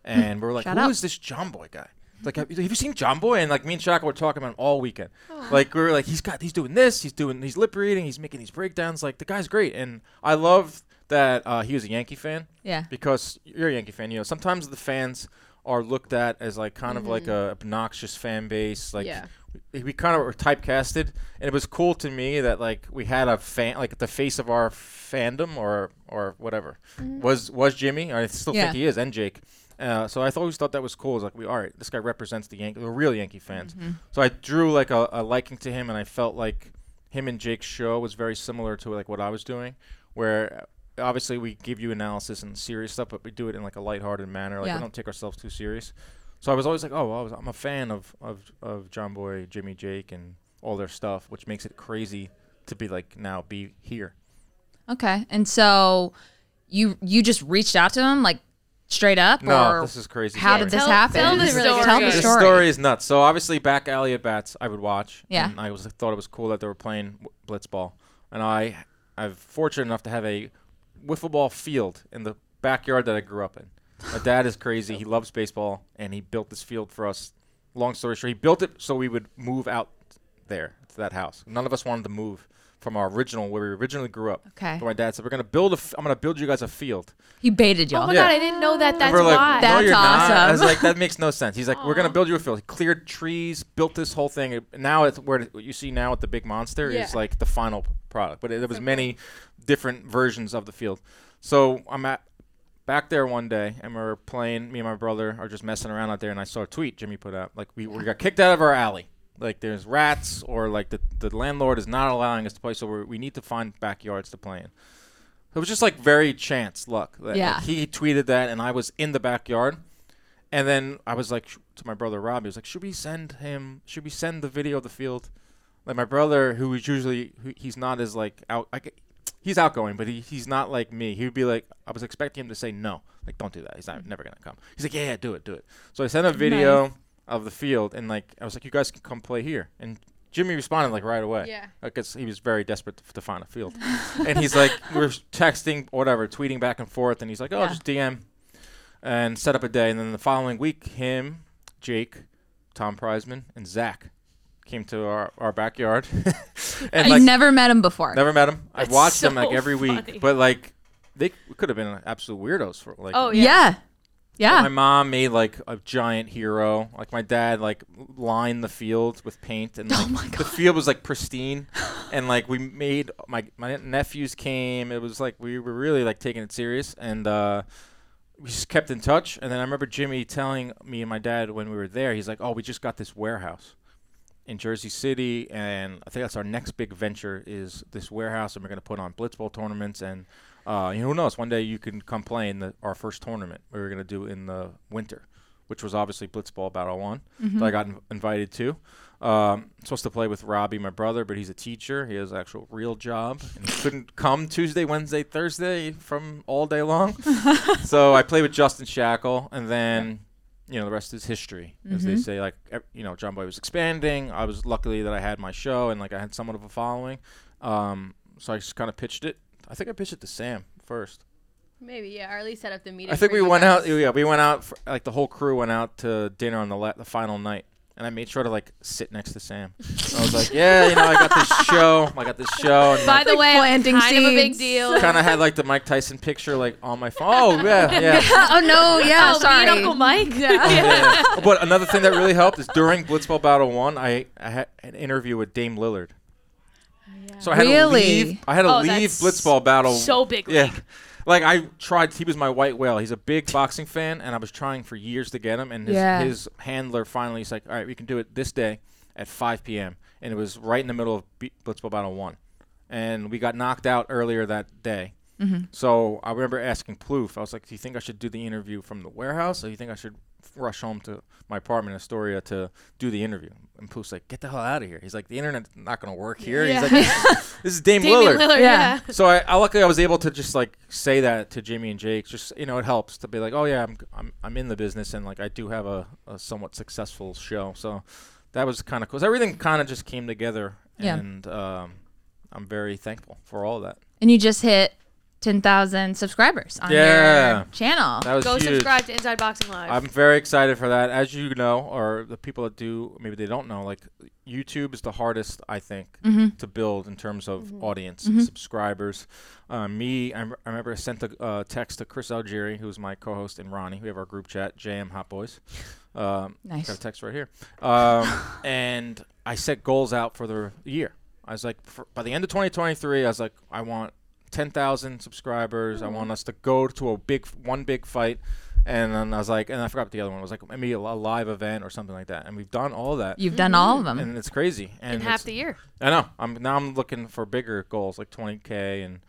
S2: and we were like, "Who
S1: Hmm. Shout
S2: is
S1: out.
S2: this John Boy guy?" Like, have, have you seen John Boy? And like me and Shackle were talking about him all weekend. Like we were like, he's got, he's doing this, he's doing, he's lip reading, he's making these breakdowns. Like the guy's great, and I love that uh, he was a Yankee fan
S1: yeah,
S2: because you're a Yankee fan. You know, sometimes the fans are looked at as like kind of
S1: Mm-hmm.
S2: like a obnoxious fan base. Like
S3: Yeah.
S2: we, we kind of were typecasted, and it was cool to me that like we had a fan, like the face of our fandom or or whatever was was Jimmy. I still
S1: Yeah.
S2: think he is, and Jake. Uh, so I th- always thought that was cool. It's like we all right, this guy represents the Yankee, the real Yankee fans.
S1: Mm-hmm.
S2: So I drew like a, a liking to him, and I felt like him and Jake's show was very similar to like what I was doing, where uh, obviously we give you analysis and serious stuff, but we do it in like a lighthearted manner. Like
S1: Yeah.
S2: we don't take ourselves too serious. So I was always like, oh, well, I was, I'm a fan of, of of John Boy, Jimmy, Jake, and all their stuff, which makes it crazy to be like now be here.
S1: okay. And so you you just reached out to him like straight up,
S2: No,
S1: or
S2: this is crazy.
S1: how
S2: story.
S1: did this
S4: Tell-
S1: happen?
S4: tell
S3: the story.
S1: Tell the
S4: This
S2: This
S1: story.
S2: story is nuts. So obviously, back alley at bats, I would watch.
S1: Yeah.
S2: and I was thought it was cool that they were playing w- blitzball, and I, I'm fortunate enough to have a wiffle ball field in the backyard that I grew up in. My dad is crazy. He loves baseball, and he built this field for us. Long story short, he built it so we would move out there to that house. None of us wanted to move from our original where we originally grew up.
S1: Okay.
S2: But my dad said, "We're gonna build a. F- I'm gonna build you guys a field."
S1: He baited
S4: Oh
S1: y'all.
S4: my
S2: Yeah.
S4: god, I didn't know that. That's
S2: And we're like,
S4: why.
S2: No,
S1: That's
S2: you're not. I was
S1: awesome.
S2: like, that makes no sense. He's like, we're gonna build you a field. He cleared trees, built this whole thing. It- Now it's where what you see now with the big monster
S3: Yeah.
S2: is like the final product. But it, there was many different versions of the field. So I'm at back there one day and we're playing. Me and my brother are just messing around out there, and I saw a tweet Jimmy put out. Like we, we got kicked out of our alley. Like there's rats, or like the, the landlord is not allowing us to play, so we're, we need to find backyards to play in. It was just like very chance luck. that, like,
S1: Yeah.
S2: he tweeted that, and I was in the backyard. And then I was like sh- to my brother Rob, he was like, "Should we send him? Should we send the video of the field?" Like my brother, who is usually who, he's not as like out. I g- he's outgoing, but he, he's not like me. He would be like, I was expecting him to say no, like don't do that. He's not never gonna come. He's like, "Yeah, yeah, do it, do it." So I sent a video of the field, and like I was like, "You guys can come play here." And Jimmy responded like right away.
S3: Yeah.
S2: I guess he was very desperate to, to find a field. and he's like, we're texting, whatever, tweeting back and forth. And he's like, oh,
S1: Yeah.
S2: just DM and set up a day. And then the following week, him, Jake, Tom Prizman, and Zach came to our, our backyard. and
S1: you never met him before.
S2: never met him. I
S4: That's
S2: watched them
S4: so
S2: like every
S4: funny.
S2: week, but like they c- could have been absolute weirdos for like
S4: Oh yeah.
S1: yeah,
S2: but
S1: yeah.
S2: My mom made like a giant hero. Like my dad like lined the field with paint and like, the field was like pristine and like we made my my nephews came. It was like we were really like taking it serious and uh we just kept in touch and then I remember Jimmy telling me and my dad when we were there, he's like, "Oh, we just got this warehouse." in Jersey City, and I think that's our next big venture is this warehouse, and we're going to put on blitzball tournaments. And uh, you know, who knows? One day you can come play in the, our first tournament we were going to do in the winter, which was obviously Blitzball Battle One that I got in- invited to. Um, supposed to play with Robbie, my brother, but he's a teacher. He has an actual real job and he couldn't come Tuesday, Wednesday, Thursday from all day long. so I played with Justin Shackle, and then you know the rest is history, as they say. Like ev- you know, John Boy was expanding. I was luckily that I had my show and like I had somewhat of a following. Um, so I just kind of pitched it. I think I pitched it to Sam first.
S3: Maybe yeah, or at least set up the meeting.
S2: I think
S3: for
S2: we
S3: you
S2: went out.
S3: guys.
S2: Yeah, we went out. For, like the whole crew went out to dinner on the la- the final night, and I made sure to like sit next to Sam. I was like, yeah, you know, I got this show. I got this show. And
S4: By the way, I'm
S1: planting
S4: kind of a big
S1: seeds.
S4: deal.
S2: kind of had like the Mike Tyson picture like on my phone. Oh yeah, yeah.
S1: oh no, yeah,
S4: Oh, me
S1: sorry.
S4: and Uncle Mike.
S2: Yeah. But another thing that really helped is during Blitzball Battle One, I, I had an interview with Dame Lillard. So I had
S1: Really?
S2: to leave. I had to
S4: Oh,
S2: leave
S4: that's
S2: Blitzball Battle.
S4: so big
S2: Yeah.
S4: league.
S2: Like I tried. He was my white whale. He's a big boxing fan, and I was trying for years to get him. And his,
S1: Yeah.
S2: his handler finally is like, "All right, we can do it this day at 5 p.m." And it was right in the middle of B- Blitzball Battle One, and we got knocked out earlier that day.
S4: Mm-hmm.
S2: So I remember asking Plouf, I was like, "Do you think I should do the interview from the warehouse, or do you think I should f- rush home to my apartment in Astoria to do the interview?" And Plouf's like, "Get the hell out of here!" He's like, "The internet's not gonna work here."
S4: Yeah.
S2: He's like, "This is Dame,
S4: Damian
S2: Lillard."
S4: Lillard,
S1: Yeah.
S4: yeah.
S2: So I, I luckily I was able to just like say that to Jimmy and Jake. Just you know, it helps to be like, "Oh yeah, I'm I'm, I'm in the business, and like I do have a, a somewhat successful show." So that was kind of cool. So everything kind of just came together,
S1: Yeah.
S2: and um, I'm very thankful for all of that.
S1: and you just hit 10,000 subscribers on
S2: Yeah.
S1: your channel.
S2: That was
S4: Go
S2: huge.
S4: subscribe to Inside Boxing Live.
S2: I'm very excited for that. As you know, or the people that do, maybe they don't know, like YouTube is the hardest, I think, to build in terms of audience and subscribers. Uh, me, I, rem- I remember I sent a uh, text to Chris Algieri, who's my co host, and Ronnie. We have our group chat, JM Hot Boys. Um,
S1: Nice.
S2: Got a text right here. Um, and I set goals out for the year. I was like, for, by the end of 2023, I was like, I want 10,000 subscribers. I want us to go to a big, one big fight. And then I was like, and I forgot what the other one was like, maybe a, a live event or something like that. And we've done all that.
S1: You've done all of them.
S2: and it's crazy. And
S4: in half
S2: it's-
S4: the year.
S2: I know. I'm now I'm looking for bigger goals like 20k and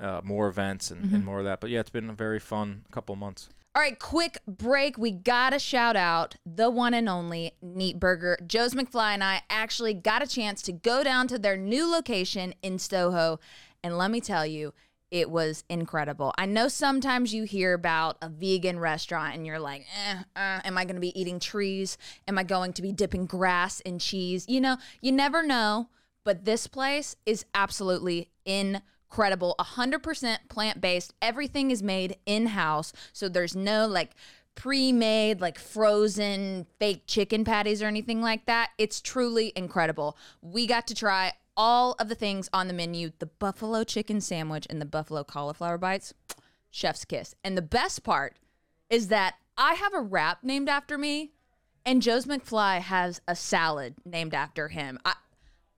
S2: uh, more events and,
S4: Mm-hmm.
S2: and more of that. But yeah, it's been a very fun couple months.
S1: All right, quick break. We gotta shout out the one and only Neat Burger. Joe's McFly and I actually got a chance to go down to their new location in Soho, and let me tell you, it was incredible. I know sometimes you hear about a vegan restaurant and you're like, eh, uh, am I gonna be eating trees? Am I going to be dipping grass in cheese? You know, you never know but this place is absolutely incredible 100% plant-based everything is made in-house so there's no like pre-made like frozen fake chicken patties or anything like that it's truly incredible we got to try all of the things on the menu the buffalo chicken sandwich and the buffalo cauliflower bites chef's kiss and the best part is that i have a wrap named after me and joe's mcfly has a salad named after him I,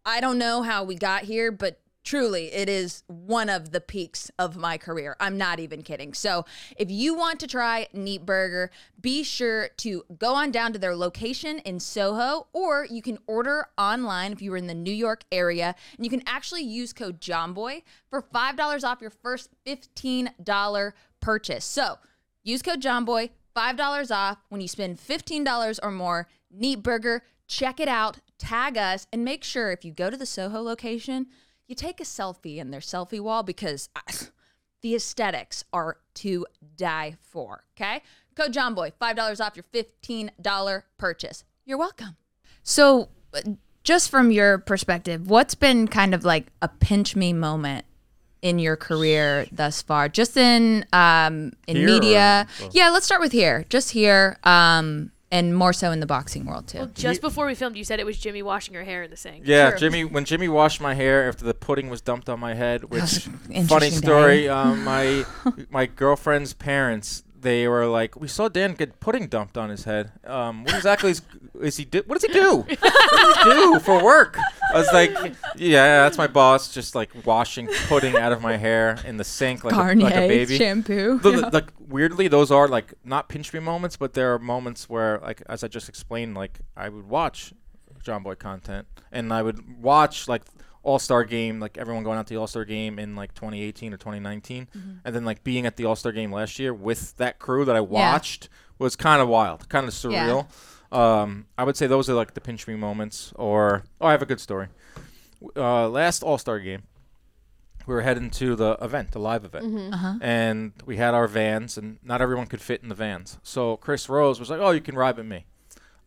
S1: I don't know how we got here, but truly, it is one of the peaks of my career. I'm not even kidding. So, if you want to try Neat Burger, be sure to go on down to their location in Soho, or you can order online if you were in the New York area. And you can actually use code JOMBOY for $5 off your first $15 purchase. So, Use code JOHNBOY, $5 off when you spend $15 or more. Neat burger. Check it out. Tag us and make sure if you go to the Soho location, you take a selfie in their selfie wall because the aesthetics are to die for. Okay? Code JOHNBOY, $5 off your $15 purchase. You're welcome. So, uh, just from your perspective, what's been kind of like a pinch me moment in your career thus far? Just in um, in
S2: Here or-
S1: media, yeah. Let's start with here, just here, um, and more so in the boxing world too.
S4: Just before we filmed, you said it was Jimmy washing her hair in the sink.
S2: Yeah, Jimmy. When Jimmy washed my hair after the pudding was dumped on my head, which
S1: was an
S2: funny
S1: interesting day.
S2: story. Um, my my girlfriend's parents they were like, "We saw Dan get pudding dumped on his head. Um, what exactly is, is he? Do- what does he do? What does he do for work?" I was like, "Yeah, that's my boss, just like washing pudding out of my hair in the sink like, a, like a baby."
S1: shampoo.
S2: Th- th- like weirdly those are like not pinch me moments but there are moments where like as i just explained like i would watch john boy content and i would watch like all-star game like everyone going out to the all-star game in like 2018 or 2019 and then like being at the all-star game last year with that crew that i watched was kind of wild, kind of surreal. Um, I would say those are like the pinch me moments. Or oh, I have a good story. W- Uh, last All Star game, we were heading to the event, the live event, and we had our vans, and not everyone could fit in the vans. So Chris Rose was like, "Oh, you can ride with me."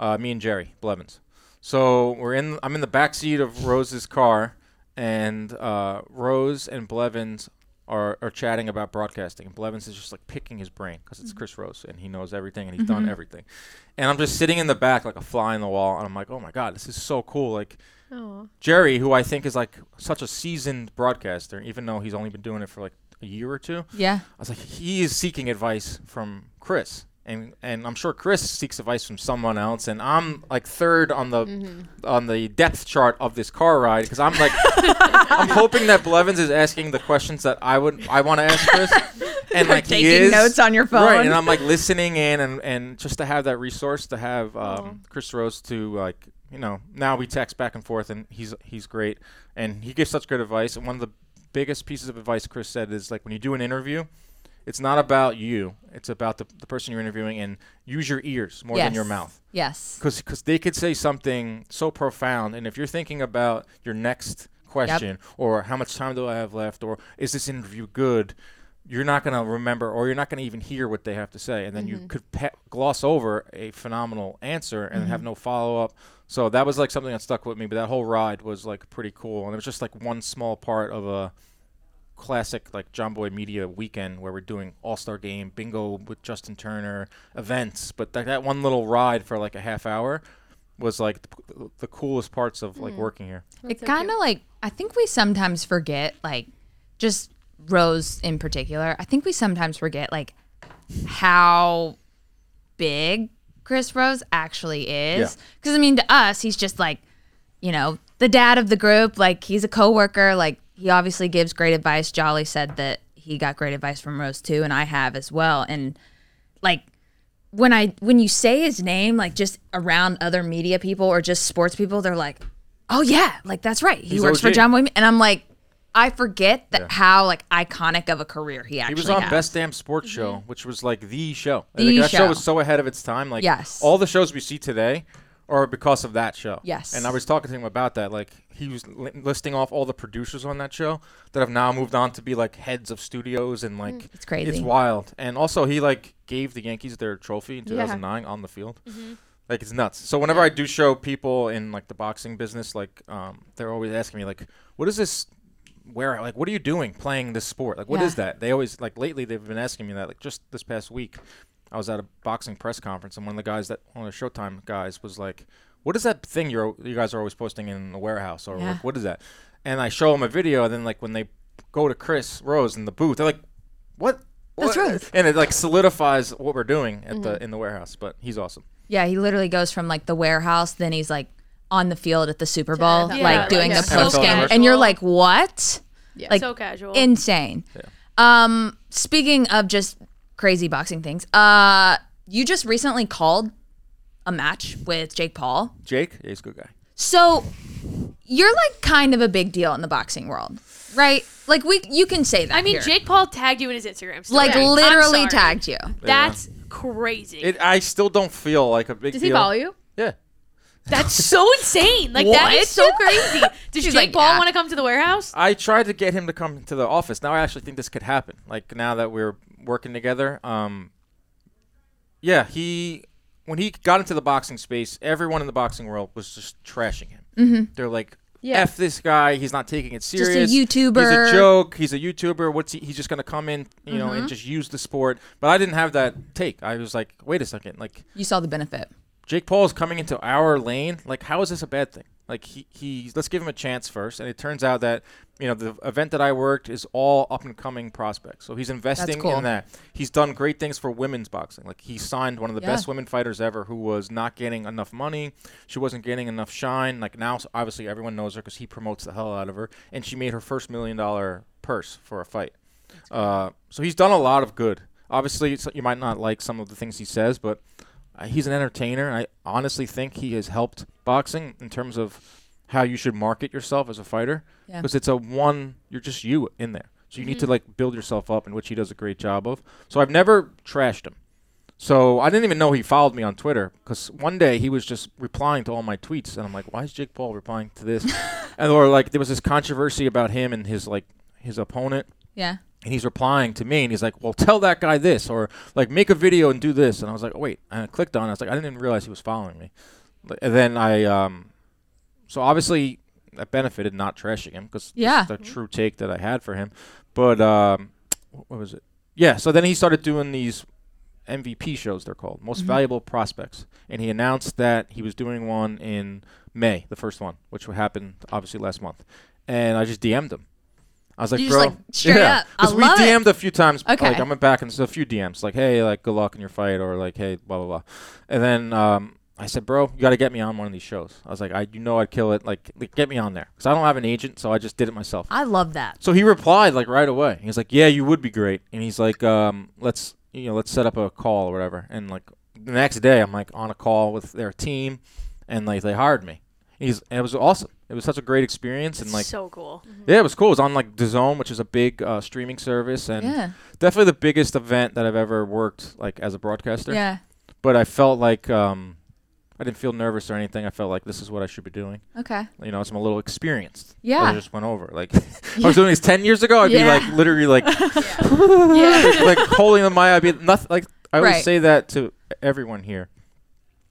S2: uh, me and Jerry Blevins. So we're in. I'm in the back seat of Rose's car, and uh, Rose and Blevins are, are chatting about broadcasting, and Blevins is just like picking his brain because it's Chris Rose and he knows everything and he's done everything. And I'm just sitting in the back like a fly in the wall, and I'm like, oh my god, this is so cool. Like
S3: Oh,
S2: Jerry, who I think is like such a seasoned broadcaster, even though he's only been doing it for like a year or two.
S1: Yeah.
S2: I was like, he is seeking advice from Chris, and and I'm sure Chris seeks advice from someone else, and I'm like third on the on the depth chart of this car ride because I'm like, I'm hoping that Blevins is asking the questions that I would I want to ask Chris, and like he
S1: taking
S2: is
S1: notes on your phone.
S2: right? And I'm like listening in, and and just to have that resource to have um, Chris Rose to like. You know, now we text back and forth, and he's he's great, and he gives such good advice. And one of the biggest pieces of advice Chris said is like when you do an interview, it's not about you. It's about the, the person you're interviewing and use your ears more than your
S1: Yes.
S2: mouth.
S1: Yes.
S2: Because they could say something so profound. And if you're thinking about your next question or how much time do I have left or is this interview good, you're not going to remember or you're not going to even hear what they have to say. And then you could pe- gloss over a phenomenal answer and have no follow up. So that was like something that stuck with me. But that whole ride was like pretty cool. And it was just like one small part of a classic like John Boy Media weekend where we're doing All Star Game, bingo with Justin Turner, events. But like that one little ride for like a half hour was like the, the coolest parts of like working here.
S1: it kind of like I think we sometimes forget like just Rose in particular. I think we sometimes forget like how big Chris Rose actually is
S2: Yeah.
S1: because I mean to us he's just like you know the dad of the group like he's a coworker like he obviously gives great advice. Jolly said that he got great advice from Rose too and I have as well and like when I when you say his name, like just around other media people or just sports people, they're like, "Oh yeah, like that's right. He
S2: He's
S1: works for
S2: OG.
S1: John Boy." And I'm like, I forget that how like iconic of a career he
S2: He
S1: actually
S2: was on
S1: has.
S2: Best Damn Sports Show, which was like the show. I
S1: The
S2: think that show.
S1: show.
S2: was so ahead of its time. Like
S1: Yes.
S2: all the shows we see today are because of that show.
S1: Yes.
S2: And I was talking to him about that. Like he was li- listing off all the producers on that show that have now moved on to be like heads of studios and like
S1: Mm, It's crazy.
S2: It's wild. And also he like gave the Yankees their trophy in 2009 on the field.
S1: Mm-hmm.
S2: Like it's nuts. So whenever I do show people in like the boxing business, like um, they're always asking me like, "What is this? Where? Like, what are you doing playing this sport? Like, what is
S1: Yeah.
S2: that?" They always like lately they've been asking me that. Like just this past week, I was at a boxing press conference and one of the guys that one of the Showtime guys was like, "What is that thing you're you guys are always posting in the warehouse or
S1: Yeah.
S2: like, what is that?" And I show them a video, and then like when they go to Chris Rose in the booth, they're like, "What?"
S1: That's
S2: What?"
S1: Rose.
S2: And it like solidifies what we're doing at
S3: Mm-hmm.
S2: the in the warehouse. But he's awesome.
S1: yeah, he literally goes from like the warehouse, then he's like on the field at the Super Bowl,
S3: that-
S1: like
S4: Yeah,
S1: doing
S4: like,
S1: the
S4: so
S1: post game,
S4: casual.
S1: and you're like, "What?"
S3: Yeah.
S1: Like
S4: so casual.
S1: insane. Um, speaking of just crazy boxing things, uh, you just recently called a match with Jake Paul.
S2: Jake, yeah, he's a good guy.
S1: So you're like kind of a big deal in the boxing world, right? Like we, you can say that.
S4: I mean,
S1: here.
S4: Jake Paul tagged you in his Instagram. Story.
S1: like
S4: I'm
S1: literally
S4: sorry.
S1: tagged you.
S4: That's crazy.
S2: It, I still don't feel like a big.
S3: Does
S2: deal.
S3: he follow you?
S2: Yeah.
S4: That's so insane. Like that
S1: What?
S4: is so crazy. Did Jake
S1: like,
S4: Paul
S1: yeah.
S4: want to come to the warehouse?
S2: I tried to get him to come to the office. Now I actually think this could happen. Like now that we're working together, um, yeah, he when he got into the boxing space, everyone in the boxing world was just trashing him. Mm-hmm. They're like,
S3: Yeah.
S2: "F this guy. He's not taking it
S1: a
S2: serious. He's
S1: YouTuber."
S2: a joke. He's a YouTuber. What's he? He's just gonna come in, you know, and just use the sport." But I didn't have that take. I was like, "Wait a second, like."
S1: You saw the benefit.
S2: Jake Paul is coming into our lane. Like, how is this a bad thing? Like, he, he let's give him a chance first. And it turns out that you know the event that I worked is all up and coming prospects. So he's investing
S1: cool.
S2: in that. He's done great things for women's boxing. Like he signed one of the
S1: Yeah.
S2: best women fighters ever, who was not getting enough money. She wasn't getting enough shine. Like now, obviously everyone knows her because he promotes the hell out of her, and she made her first million dollar purse for a fight. Uh, so he's done a lot of good. Obviously, it's, you might not like some of the things he says, but uh, he's an entertainer. and I honestly think he has helped boxing in terms of how you should market yourself as a fighter
S1: Yeah.
S2: because it's a one. You're just you in there, so you need to like build yourself up, and which he does a great job of. So I've never trashed him. So I didn't even know he followed me on Twitter because one day he was just replying to all my tweets, and I'm like, why is Jake Paul replying to this? and or like there was this controversy about him and his like his opponent,
S1: Yeah.
S2: and he's replying to me, and he's like, well, tell that guy this, or like make a video and do this. And I was like, oh, wait, and I clicked on. it. I was like, I didn't even realize he was following me. Like, And then I, um, so obviously that benefited not trashing him because
S1: Yeah.
S2: the true take that I had for him. But um, what was it? Yeah. So then he started doing these MVP shows. They're called
S1: Mm-hmm.
S2: Most Valuable Prospects, and he announced that he was doing one in May, the first one, which would happen obviously last month. And I just DM'd him. I was like,
S1: You just,
S2: bro,
S1: like, straight
S2: yeah,
S1: up. I
S2: we
S1: love it.
S2: DM'd a few times.
S1: Okay.
S2: Like I went back and so a few DMs, like, hey, like good luck in your fight, or like, hey, blah blah blah. And then um, I said, bro, you got to get me on one of these shows. I was like, I, you know, I'd kill it. Like, like, get me on there because I don't have an agent, so I just did it myself.
S1: I love that.
S2: So he replied like right away. He's like, "Yeah, you would be great." And he's like, um, "Let's you know, let's set up a call or whatever." And like the next day, I'm like on a call with their team, and like they hired me. He's and it was awesome. It was such a great experience, and like
S4: so cool.
S2: yeah, it was cool. It was on like DAZN, which is a big uh, streaming service, and
S1: Yeah.
S2: definitely the biggest event that I've ever worked like as a broadcaster.
S1: Yeah.
S2: But I felt like um, I didn't feel nervous or anything. I felt like this is what I should be doing
S1: Okay.
S2: you know, so I'm a little experienced.
S1: Yeah.
S2: I just went over. Like, I was doing this 10 years ago. I'd
S1: Yeah.
S2: be like, literally, like,
S4: yeah.
S2: like holding the mic. I'd be nothing. Like, I always
S1: Right.
S2: say that to everyone here.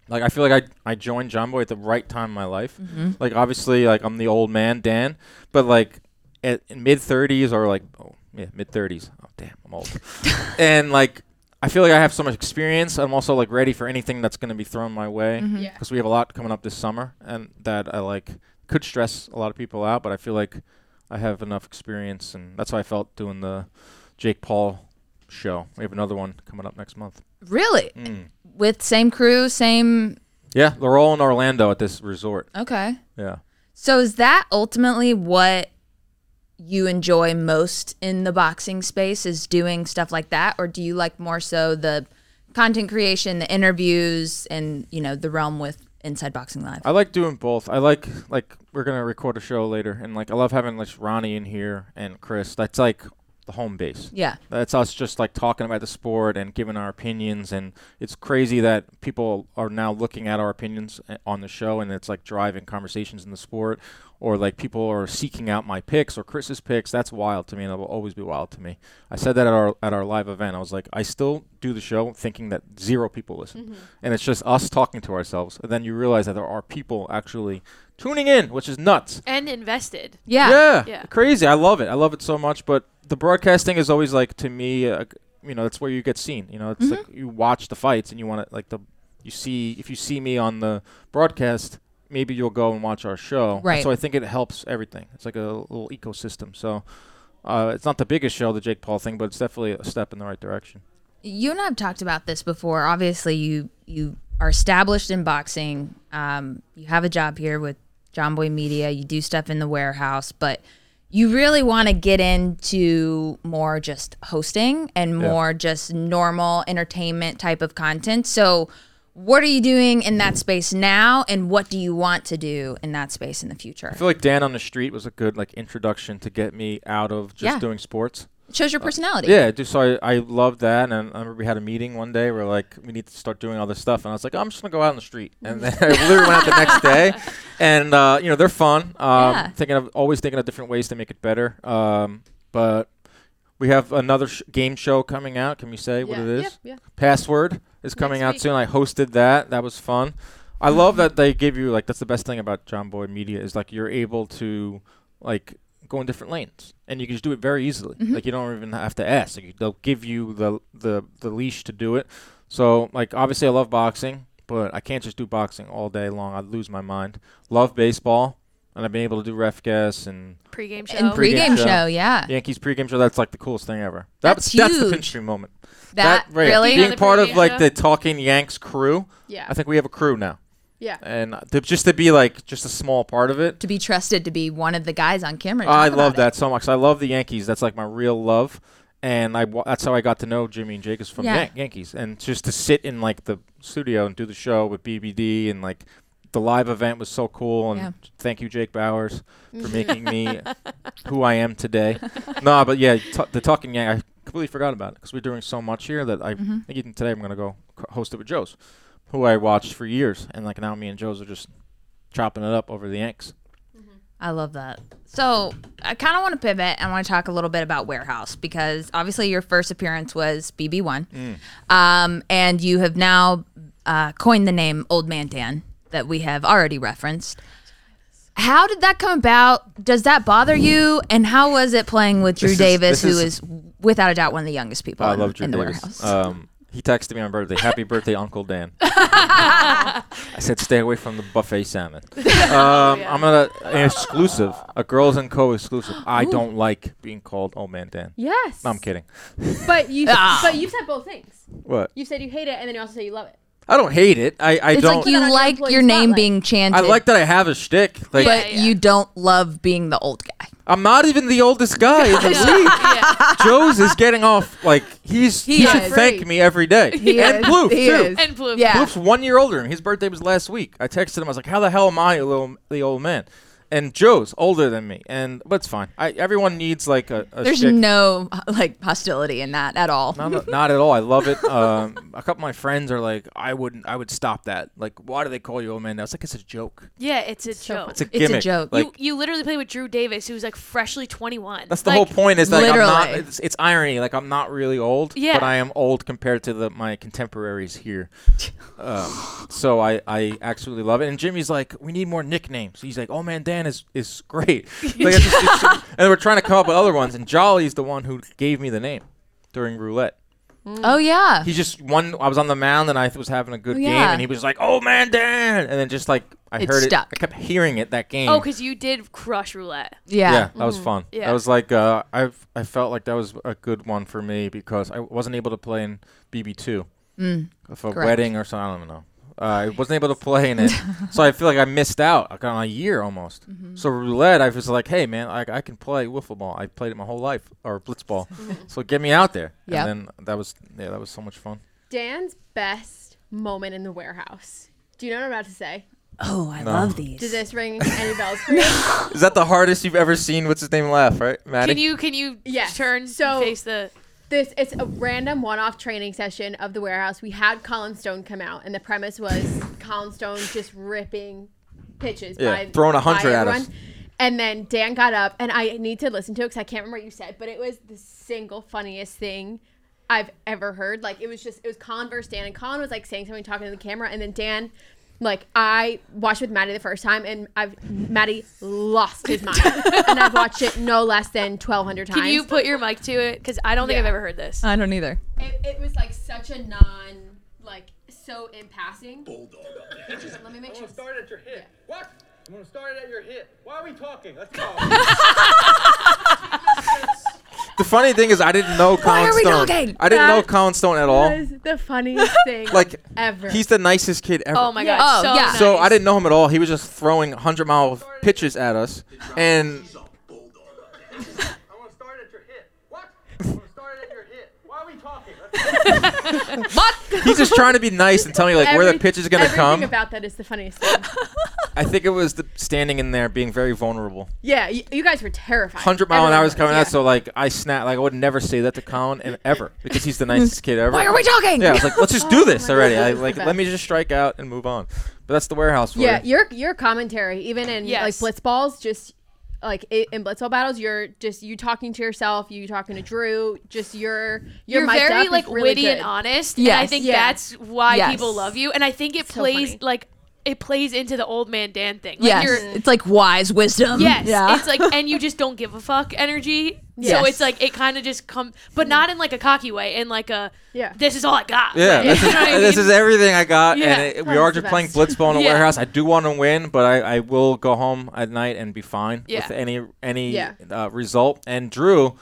S2: Like, I feel like I, I joined John Boy at the right time in my life.
S1: Mm-hmm.
S2: Like, obviously, like, I'm the old man, Dan, but like, at, in mid 30s or like, oh, yeah, mid 30s. Oh, damn, I'm old. and like, I feel like I have so much experience. I'm also like ready for anything that's going to be thrown my way
S3: Yeah.
S2: because we have a lot coming up this summer and that I like could stress a lot of people out, but I feel like I have enough experience and that's how I felt doing the Jake Paul show. We have another one coming up next month.
S1: Really?
S2: Mm.
S1: With same crew, same.
S2: Yeah, they're all in Orlando at this resort.
S1: Okay.
S2: Yeah.
S1: So is that ultimately what you enjoy most in the boxing space is doing stuff like that or do you like more so the content creation, the interviews and, you know, the realm with Inside Boxing Live?
S2: I like doing both. I like like we're gonna record a show later and like I love having like Ronnie in here and Chris. That's like the home base.
S1: yeah.
S2: That's us just like talking about the sport and giving our opinions. And it's crazy that people are now looking at our opinions uh, on the show and it's like driving conversations in the sport or like people are seeking out my picks or Chris's picks. That's wild to me and it will always be wild to me. I said that at our, at our live event. I was like, I still do the show thinking that zero people listen. And it's just us talking to ourselves. And then you realize that there are people actually tuning in, which is nuts.
S4: And invested.
S1: Yeah.
S2: Yeah.
S4: Yeah.
S2: Crazy. I love it. I love it so much. But the broadcasting is always like to me, uh, you know, that's where you get seen. You know, it's
S1: Mm-hmm.
S2: like you watch the fights and you want to like the you see if you see me on the broadcast, maybe you'll go and watch our show.
S1: Right.
S2: So I think it helps everything. It's like a little ecosystem. So. Uh, it's not the biggest show, the Jake Paul thing, but it's definitely a step in the right direction.
S1: you and I have talked about this before. Obviously, you you are established in boxing. Um, you have a job here with John Boy Media. You do stuff in the warehouse, but you really want to get into more just hosting and more just normal entertainment type of content. So, what are you doing in that space now, and what do you want to do in that space in the future?
S2: I feel like Dan on the Street was a good like introduction to get me out of just
S1: Yeah.
S2: doing sports.
S1: It shows your personality.
S2: Yeah, dude, so I, I loved that, and I remember we had a meeting one day where like we need to start doing all this stuff, and I was like, "Oh, I'm just gonna go out on the street, and then I literally went out the next day, and uh, you know they're fun. Um,
S1: Yeah.
S2: Thinking of always thinking of different ways to make it better. Um, but we have another sh- game show coming out. Can we say what
S3: Yeah.
S2: it is?
S3: Yep, yeah.
S2: Password is coming out
S4: week.
S2: soon. I hosted that. That was fun. I
S1: Mm-hmm.
S2: love that they give you like that's the best thing about John Boyd Media is like you're able to like go in different lanes and you can just do it very easily.
S1: Mm-hmm.
S2: Like you don't even have to ask. Like, you- they'll give you the the the leash to do it. So like obviously I love boxing, but I can't just do boxing all day long. I'd lose my mind. Love baseball, and I've been able to do ref guess and
S4: Pre-game show.
S1: And pregame
S2: Pregame
S1: show,
S2: show.
S1: yeah.
S2: Yankees pregame show. That's like the coolest thing ever.
S1: Uh. That's
S2: that's the
S1: huge.
S2: pinstream moment.
S1: That,
S2: right,
S1: really,
S4: Yeah,
S2: being
S4: the
S2: part of
S4: pregame
S2: like
S4: show.
S2: the Talking Yanks crew.
S3: Yeah.
S2: I think we have a crew now,
S3: yeah.
S2: and uh, to, just to be like just a small part of it.
S1: to be trusted to be one of the guys on camera. to
S2: I
S1: talk about
S2: love
S1: it.
S2: that so much. I love the Yankees. That's like my real love, and I wa- that's how I got to know Jimmy and Jake is from
S1: Yeah.
S2: Yan- Yankees, and just to sit in like the studio and do the show with BBD and like. The live event was so cool, and
S1: Yeah.
S2: thank you, Jake Bowers, for making me who I am today. no, but yeah, t- the Talking Yank. I completely forgot about it because we're doing so much here that I
S1: Mm-hmm.
S2: think even today I'm gonna go co- host it with Joe's, who I watched for years, and like now me and Joe's are just chopping it up over the Yanks.
S1: I love that. So I kind of want to pivot and want to talk a little bit about Warehouse because obviously your first appearance was BB1,
S2: Mm.
S1: um, and you have now uh, coined the name Old Man Dan that we have already referenced. How did that come about? Does that bother you? And how was it playing with Drew
S2: This is-
S1: Davis,
S2: this
S1: who
S2: is-
S1: is without a doubt one of the youngest people
S2: I
S1: in,
S2: love Drew
S1: in the
S2: Davis.
S1: warehouse?
S2: Um, he texted me on birthday, "Happy birthday, Uncle Dan." I said, "Stay away from the buffet salmon." Um, I'm gonna an exclusive, a girls and co exclusive. I don't like being called old man Dan.
S3: Yes.
S2: No, I'm kidding.
S3: But you
S1: Ah.
S3: but you've said both things.
S2: What?
S3: You said you hate it and then you also say you love it.
S2: I don't hate it. I, I
S1: it's
S2: don't.
S1: like
S3: Put that on
S1: you
S3: your
S1: like
S3: employee
S1: your name
S3: spotlight.
S1: being chanted,
S2: I like that I have a shtick.
S1: but
S2: Like
S4: Yeah, yeah.
S1: you don't love being the old guy.
S2: I'm not even the oldest guy in the league.
S4: yeah.
S2: Joe's is getting off. Like he's he,
S1: He
S2: should
S1: is.
S2: thank me every day. and Bloof too.
S4: And blue.
S1: Yeah.
S2: Bloof's one year older, and his birthday was last week. I texted him. I was like, "How the hell am I, a little the old man?" And Joe's older than me, and but it's fine. I, everyone needs like a, a
S1: There's
S2: shtick.
S1: no like hostility in that at all.
S2: No, no, not at all. I love it. Um, a couple of my friends are like, "I wouldn't. I would stop that. Like, why do they call you old man?" I was like, "It's a joke.
S4: Yeah, it's a
S3: So
S4: joke.
S3: funny.
S2: It's a
S1: a
S2: gimmick.
S1: joke.
S2: Like,
S4: you, you literally play with Drew Davis, who's like freshly 21.
S2: That's the
S4: Like,
S2: whole point. Is that like, I'm not.
S1: literally.
S2: It's, it's irony. Like I'm not really old,
S4: Yeah.
S2: but I am old compared to the, my contemporaries here. um, so I, I absolutely love it. And Jimmy's like, we need more nicknames. He's like, oh man, Dan is is great. Like, it's just- it's- and we're trying to come up with other ones. And Jolly's the one who gave me the name during roulette.
S1: Oh yeah.
S2: He's just one. I was on the mound and I was having a good
S1: Oh,
S2: game,
S1: yeah.
S2: and he was like, oh man, Dan, and then just like I
S1: It
S2: heard
S1: stuck.
S2: it. I kept hearing it that game.
S4: Oh, because you did crush roulette.
S1: yeah.
S2: Yeah, that was fun.
S4: Mm-hmm. Yeah.
S2: That was like uh, I I felt like that was a good one for me because I wasn't able to play in BB two for a
S1: Mm, correct.
S2: wedding or something. I don't even know. Uh, I wasn't able to play in it, so I feel like I missed out like, on a year almost.
S1: Mm-hmm.
S2: So roulette, I was like, hey man, I, I can play wiffle ball. I played it my whole life or blitzball, so get me out there.
S1: Yep.
S2: And then that was yeah, that was so much fun.
S3: Dan's best moment in the warehouse. Do you know what I'm about to say?
S1: Oh, I love these.
S3: Does this ring any bells for you?
S2: Is that the hardest you've ever seen? What's his name? Laugh right, Maddie.
S4: Can you can you
S3: Yes.
S4: turn
S3: So-
S4: so face the
S3: this it's a random one-off training session of the warehouse. We had Colin Stone come out, and the premise was Colin Stone just ripping pitches,
S2: Yeah,
S3: by,
S2: throwing a
S3: by
S2: hundred at
S3: everyone.
S2: us.
S3: And then Dan got up, and I need to listen to it because I can't remember what you said, but it was the single funniest thing I've ever heard. Like it was just it was Colin versus Dan, and Colin was like saying something, talking to the camera, and then Dan. Like I watched with Maddie the first time, and I've Maddie lost his mind, and I've watched it no less than twelve hundred times.
S4: Can you put your mic to it? Because I don't think
S3: Yeah.
S4: I've ever heard this.
S1: I don't either.
S3: it, it was like such a non like so in passing. It just- let me make
S5: I
S3: sure.
S5: want to start at your hip. What? You want to start it at your hip? Why are we talking? Let's go.
S2: the funny thing is, I didn't know Colin
S1: are we
S2: Stone.
S1: talking?
S2: I didn't know
S3: That-
S2: Colin Stone at all.
S3: That is the funniest thing
S2: like
S3: ever.
S2: He's the nicest kid ever.
S4: Oh my
S3: Yeah.
S4: god.
S1: Oh,
S4: so
S1: yeah.
S4: nice.
S2: So I didn't know him at all. He was just throwing 100 mile pitches at us, and
S5: I want to start at your hip. What? You want to start at your hip? Why are we talking? Let's go.
S2: he's just trying to be nice and tell me like where the
S3: Every-
S2: pitch is gonna
S3: everything
S2: come.
S3: about that is the funniest thing.
S2: I think it was the standing in there being very vulnerable.
S3: yeah, you, you guys were terrified.
S2: 100 mile an
S3: Everyone
S2: hour is coming
S3: yeah.
S2: out, so like I snap. Like I would never say that to Colin and ever because he's the nicest kid ever.
S1: Why are we talking?
S2: Yeah, I was like, let's just do this
S3: my
S2: already.
S3: God,
S2: I,
S3: this is
S2: like,
S3: the
S2: let me just strike out and move on. But that's the warehouse. for
S3: Yeah,
S2: you.
S3: your your commentary, even in
S4: Yes.
S3: like blitz balls, just like i in blitz ball battles, you're just you talking to yourself, you talking to Drew, just your your
S4: you're
S3: mic'd up
S4: very
S3: is
S4: like
S3: really
S4: witty and
S3: good.
S4: honest. And I
S1: Yes.
S4: think
S3: Yeah.
S4: that's why
S1: Yes.
S4: people love you. And I think it
S3: So
S4: plays
S3: funny.
S4: like it plays into the old man Dan thing. Like
S1: Yes.
S4: you're
S1: It's like wise wisdom.
S4: Yes.
S1: Yeah.
S4: It's like and you just don't give a fuck energy.
S1: Yes.
S4: So it's like it kind of just come but not in like a cocky way, in like a
S3: Yeah.
S4: this is all I got.
S2: Yeah,
S4: Like,
S2: this,
S4: you know what I
S2: is, this
S4: mean?
S2: is everything I got,
S4: Yeah.
S2: and it, we
S3: That's
S2: are
S3: the
S2: just playing
S3: best.
S2: blitzball in a
S4: Yeah.
S2: warehouse. I do want to win, but I, I will go home at night and be fine
S4: Yeah.
S2: with any any
S3: Yeah.
S2: uh, result. And Drew,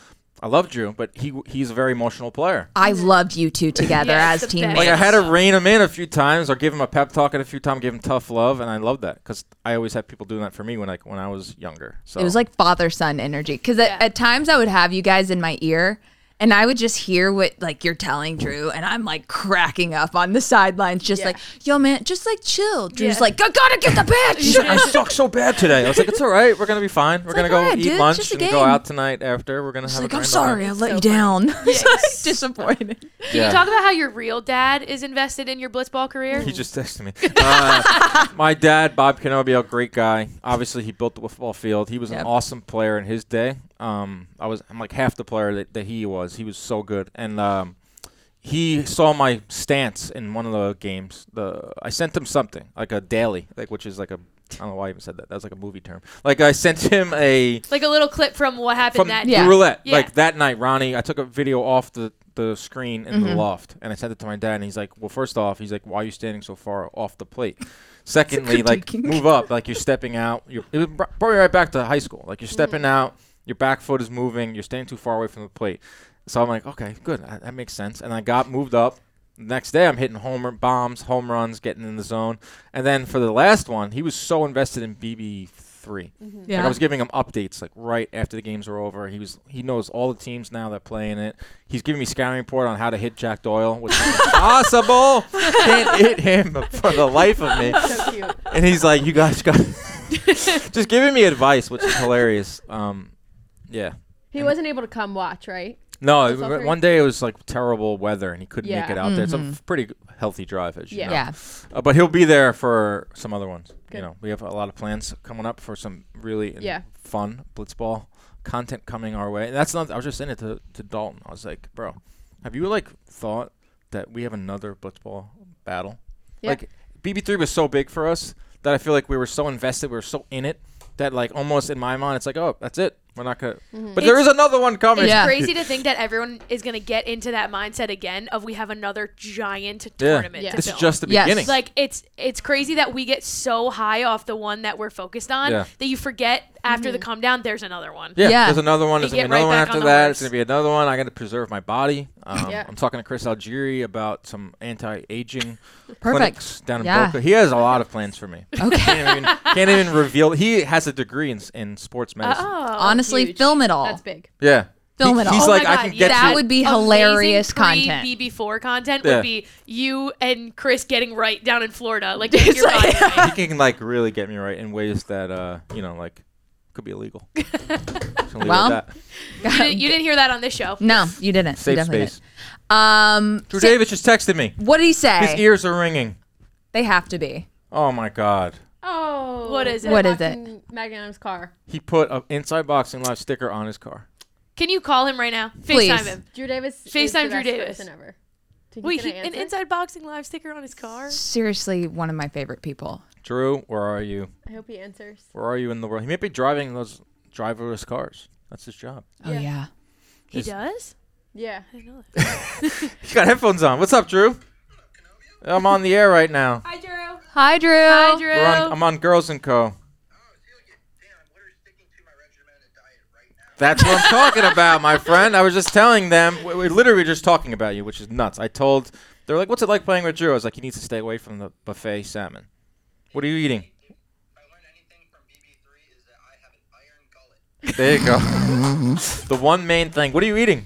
S2: I love Drew, but he he's a very emotional player.
S1: I loved you two together
S4: Yeah,
S1: as
S4: it's the
S1: teammates.
S4: best.
S2: Like I had to rein him in a few times, or give him a pep talk at a few times, give him tough love, and I love that because I always had people doing that for me when I when I was younger. So
S1: It was like father son energy because
S4: Yeah.
S1: at, at times I would have you guys in my ear And I would just hear what like you're telling Drew, and I'm like cracking up on the sidelines, just
S3: Yeah.
S1: like, yo, man, just like chill. Drew's
S4: Yeah.
S1: like, I gotta get the bitch.
S2: I suck so bad today. I was like, it's all right. We're gonna be fine. We're gonna
S1: like,
S2: go
S1: all right,
S2: eat
S1: dude, it's
S2: lunch
S1: just a
S2: and go
S1: game.
S2: out tonight. After we're gonna
S1: She's
S2: have
S1: like,
S2: a
S1: I'm
S2: grand
S1: sorry, I
S2: old-
S1: let you down. It's
S4: Yikes.
S1: like disappointed.
S4: Can
S2: Yeah.
S4: you talk about how your real dad is invested in your blitzball career?
S2: He just texted me. Uh, my dad, Bob Canobio, great guy. Obviously, he built the football field. He was
S1: Yep.
S2: an awesome player in his day. Um, I was, I'm like half the player that, that he was. He was so good, and um, he saw my stance in one of the games. The I sent him something like a daily, like which is like a, I don't know why I even said that. That was like a movie term. Like I sent him a
S4: like a little clip from what happened
S2: from
S4: that
S2: the
S1: Yeah.
S4: day.
S2: roulette.
S4: Yeah.
S2: Like that night, Ronnie, I took a video off the, the screen in the
S4: Mm-hmm.
S2: loft and I sent it to my dad and he's like, Well, first off, he's like, Why are you standing so far off the plate? Secondly, like
S1: critiquing.
S2: move up, like you're stepping out. You're it was br- brought me right back to high school.
S4: Mm-hmm.
S2: Like you're stepping out, your back foot is moving, you're standing too far away from the plate. So I'm like, okay, good, I, that makes sense. And I got moved up. Next day, I'm hitting homer bombs, home runs, getting in the zone. And then for the last one, he was so invested in BB three.
S4: Mm-hmm.
S2: Like I was giving him updates like right after the games were over. He was he knows all the teams now that play in it. He's giving me scouting report on how to hit Jack Doyle, which is impossible. Can't hit him for the life of me.
S3: So cute.
S2: And he's like, "You guys got just giving me advice, which is hilarious." Um, yeah.
S3: He wasn't able to come watch, right?
S2: No,
S3: That's all
S2: it-
S3: three?
S2: one day it was like terrible weather and he couldn't make
S3: Yeah.
S2: it out there. It's a f- pretty healthy drive, as you
S3: Yeah.
S2: know.
S1: Yeah.
S2: Uh, but he'll be there for some other ones.
S3: Good.
S2: You know, we have a lot of plans coming up for some really in-
S3: Yeah.
S2: fun blitzball content coming our way. And that's not. I was just saying it to to Dalton. I was like, bro, have you like thought that we have another blitzball battle?
S3: Yeah.
S2: Like BB three was so big for us that I feel like we were so invested, we were so in it that like almost in my mind, it's like, oh, that's it. We're not gonna. But there is another one coming.
S4: Mm-hmm. It's
S1: Yeah.
S4: crazy to think that everyone is going to get into that mindset again of we have another giant tournament.
S3: Yeah.
S4: To
S2: This is
S4: build.
S2: just the
S1: Yes.
S2: beginning.
S4: like it's it's crazy that we get so high off the one that we're focused on
S2: Yeah.
S4: that you forget after
S1: Mm-hmm.
S4: the calm down there's another one.
S2: Yeah,
S1: Yeah.
S2: there's another one.
S4: They
S2: There's gonna be
S4: get right
S2: another one
S4: back
S2: after
S4: on the
S2: that.
S4: horse.
S2: It's gonna be another one. I gotta preserve my body. Um,
S3: Yeah.
S2: I'm talking to Chris Algieri about some anti-aging clinics
S1: Perfect.
S2: down in
S1: Yeah.
S2: Boca. He has a lot of plans for me.
S1: Okay.
S2: can't, even, can't even reveal. He has a degree in, s- in sports medicine.
S4: Oh.
S1: Honestly,
S3: Huge.
S1: film it all.
S3: That's big.
S2: Yeah,
S1: Film
S2: He-
S1: it all.
S2: He's
S1: Oh
S2: like,
S4: my
S2: I
S4: God,
S2: can
S4: yeah.
S2: get
S1: that
S2: you.
S1: would be hilarious content.
S4: BB4 content
S2: Yeah.
S4: would be you and Chris getting right down in Florida, like getting your body right.
S2: He can like really get me right in ways that uh, you know, like could be illegal. Just gonna leave it at
S1: Well,
S2: that.
S4: You didn't, you didn't hear that on this show.
S1: no, you didn't. you
S2: safe
S1: definitely
S2: space.
S1: didn't. Um,
S2: Drew
S1: so-
S2: Davis just texted me.
S1: what did he say?
S2: His ears are ringing.
S1: they have to be.
S2: Oh my god.
S3: Oh,
S4: What is it?
S1: What is
S3: it? Magnum's car.
S2: He put an Inside Boxing Live sticker on his car.
S4: Can you call him right now? FaceTime
S1: Please.
S4: him.
S3: Drew Davis. is
S4: FaceTime
S3: the
S4: Drew
S3: best
S4: Davis.
S3: person ever. Think he's
S4: Wait,
S3: gonna
S4: he, an
S3: answer?
S4: Inside Boxing Live sticker on his car?
S1: Seriously, one of my favorite people.
S2: Drew, where are you?
S3: I hope he answers.
S2: Where are you in the world? He may be driving those driverless cars. That's his job.
S1: Oh
S3: Yeah.
S1: yeah.
S4: He
S2: Is-
S4: does?
S3: Yeah.
S4: I didn't know that.
S2: He's got headphones on. What's up, Drew? I'm on the air right now.
S4: Hi, Drew.
S1: Hi, Drew.
S4: Hi,
S2: We're on,
S4: Drew.
S2: I'm on Girls and Co.
S5: That's
S2: That's what I'm talking about, my friend. I was just telling them. We, we literally were just talking about you, which is nuts. I told they're like, "What's it like playing with Drew?" I was like, "He needs to stay away from the buffet salmon." What are you eating?
S5: If I learned anything from BB3 is that I have an iron gullet.
S2: There you go. the one main thing. What are you eating?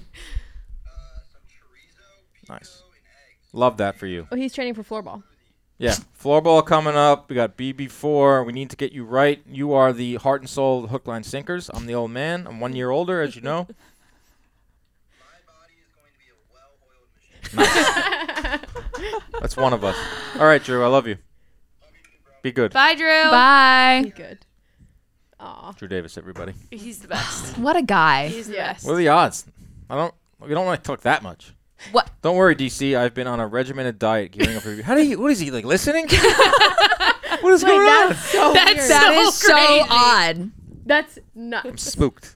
S5: Uh, some chorizo, pico,
S2: Nice.
S5: and eggs.
S2: Love that for you.
S3: Oh, he's training for floorball.
S2: Yeah, floorball coming up. We got BB4. We need to get you right. You are the heart and soul hook line sinkers. I'm the old man. I'm one year older, as you know.
S5: My body is going to be a well-oiled machine.
S2: That's one of us. All right, Drew. I love you. Be good.
S4: Bye, Drew.
S1: Bye.
S3: He's good. Aw.
S2: Drew Davis, everybody.
S4: He's the best.
S1: What a guy.
S4: He's the
S3: Yeah.
S4: best.
S2: What are the odds? I don't. We don't like talk that much.
S1: What?
S2: Don't worry, DC. I've been on a regimented diet, gearing up for you. How do you? What is he like? Listening? what is going on?
S3: That's so
S4: That's
S3: weird.
S4: so-
S1: That is so
S4: crazy.
S1: odd.
S3: That's
S2: I'm
S3: nuts.
S2: spooked.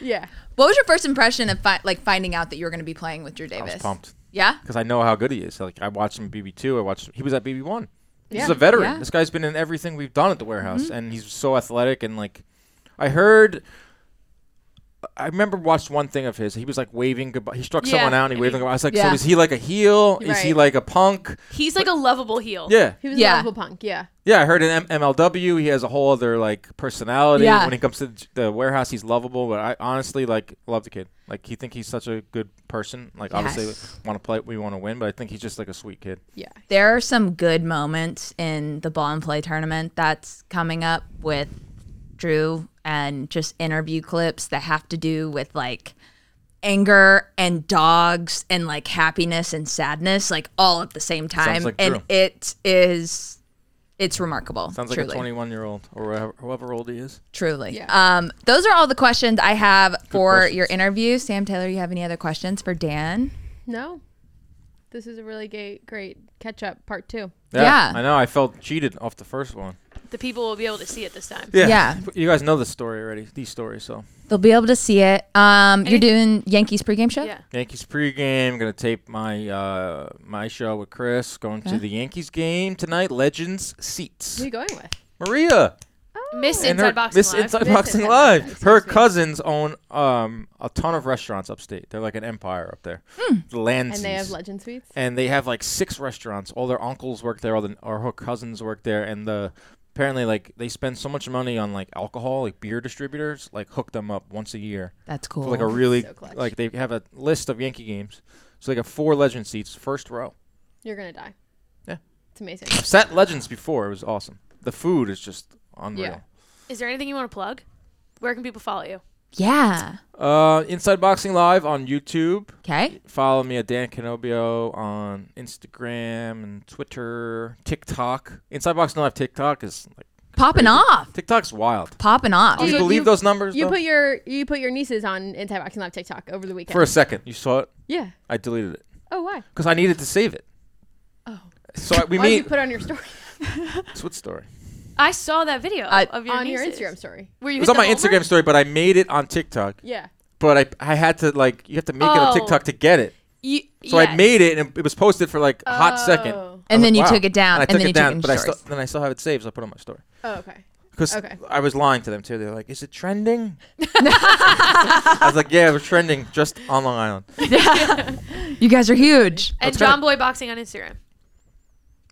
S3: Yeah.
S1: What was your first impression of fi- like finding out that you were going to be playing with Drew
S2: I
S1: Davis?
S2: was pumped
S1: Yeah.
S2: because I know how good he is. Like I watched him BB two. I watched. He was at BB one. He's
S3: Yeah.
S2: a veteran.
S1: Yeah.
S2: This guy's been in everything we've done at the warehouse, and he's so athletic. And like, I heard I remember watched one thing of his. He was like waving goodbye. He struck
S4: Yeah,
S2: someone out and he
S4: and
S2: waved
S4: he-
S2: them goodbye. I was like,
S1: Yeah.
S2: so is he like a heel? Is he
S3: Right.
S2: like a punk?
S4: He's like a lovable heel.
S2: Yeah,
S3: He was
S1: Yeah.
S3: a lovable punk. Yeah.
S2: yeah. I heard in M- MLW he has a whole other like personality.
S1: Yeah.
S2: When he comes to the- the warehouse, he's lovable. But I honestly like love the kid. Like he think he's such a good person. Like
S1: Yes.
S2: obviously want to play, we want to win, but I think he's just like a sweet kid.
S3: Yeah.
S1: There are some good moments in the ball and play tournament that's coming up with Drew and just interview clips that have to do with like anger and dogs and like happiness and sadness, like all at the same time.
S2: like
S1: and
S2: Drew.
S1: it is it's remarkable.
S2: Sounds like
S1: truly.
S2: a 21 year old or whoever, whoever old he is.
S1: Truly.
S3: Yeah.
S1: Um, those are all the questions I have for
S2: questions.
S1: your interview. Sam Taylor, you have any other questions for Dan?
S3: No. This is a really great, great catch up part two.
S1: Yeah.
S2: I know. I felt cheated off the first one.
S4: The people will be able to see it this time.
S1: Yeah.
S2: You guys know the story already. These stories. So
S1: They'll be able to see it. Um, you're
S4: Any-
S1: doing Yankees pregame show?
S4: Yeah.
S2: Yankees pregame. Gonna tape my uh my show with Chris. Going
S1: Okay.
S2: to the Yankees game tonight. Legends seats.
S3: Who are you going with?
S2: Maria
S4: Miss
S2: and
S4: Inside
S2: her
S4: Boxing
S2: Miss
S4: Live.
S2: Inside
S3: Miss
S2: Boxing
S3: Inside Boxing
S2: Live.
S3: Live,
S2: Her
S3: excuse me.
S2: cousins own um a ton of restaurants upstate. They're like an empire up there. The land.
S3: And they have
S2: seas.
S3: legend suites.
S2: and they have like six restaurants. All their uncles work there. All the or her cousins work there, and the apparently like they spend so much money on like alcohol, like beer distributors, like hook them up once a year
S1: That's cool.
S2: for like a really
S3: Oh, So clutch.
S2: like they have a list of Yankee games. So they got four legend seats, first row.
S3: You're gonna die.
S2: Yeah.
S3: It's amazing.
S2: Sat legends before. It was awesome. The food is just unreal.
S4: Is there anything you want to plug? Where can people follow you?
S1: yeah.
S2: Uh, Inside Boxing Live on YouTube.
S1: Okay.
S2: Follow me at Dan Canobio on Instagram and Twitter, TikTok. Inside Boxing Live TikTok is like
S1: Popping off.
S2: TikTok's wild.
S1: Popping off.
S2: Do you
S3: Also,
S2: believe
S3: you-
S2: those numbers?
S3: You
S2: though?
S3: put your you put your nieces on Inside Boxing Live TikTok over the weekend.
S2: for a second. You saw it.
S3: yeah.
S2: I deleted it
S3: Oh why?
S2: because I needed to save it.
S3: Oh.
S2: So I, we
S3: why did you
S2: meet.
S3: put it on your story
S2: It's what story?
S4: I saw that video
S1: Uh,
S4: of your
S3: on your
S4: nieces.
S3: Instagram story?
S4: Where you
S2: It was
S4: hit
S2: on
S4: the
S2: my
S4: homer?
S2: Instagram story, but I made it on TikTok.
S3: Yeah.
S2: But I I had to like you have to make it
S4: Oh.
S2: on TikTok to get it.
S4: You,
S2: So I
S4: yes.
S2: made it and it was posted for like a hot second. I
S3: Oh.
S1: And
S2: was
S1: then
S2: like,
S1: you
S2: wow.
S1: took it down,
S2: And I
S1: and
S2: took
S1: then
S2: it
S1: you took it
S2: down,
S1: in
S2: but I still
S1: stories.
S2: then I still have it saved. So I put it on my story
S3: Oh, okay.
S2: because
S3: Okay.
S2: I was lying to them too. They're like, "Is it trending?" I was like, "Yeah, it was trending just on Long Island."
S1: You guys are huge.
S4: And
S2: That's
S4: John
S2: kinda-
S4: Boy Boxing on Instagram.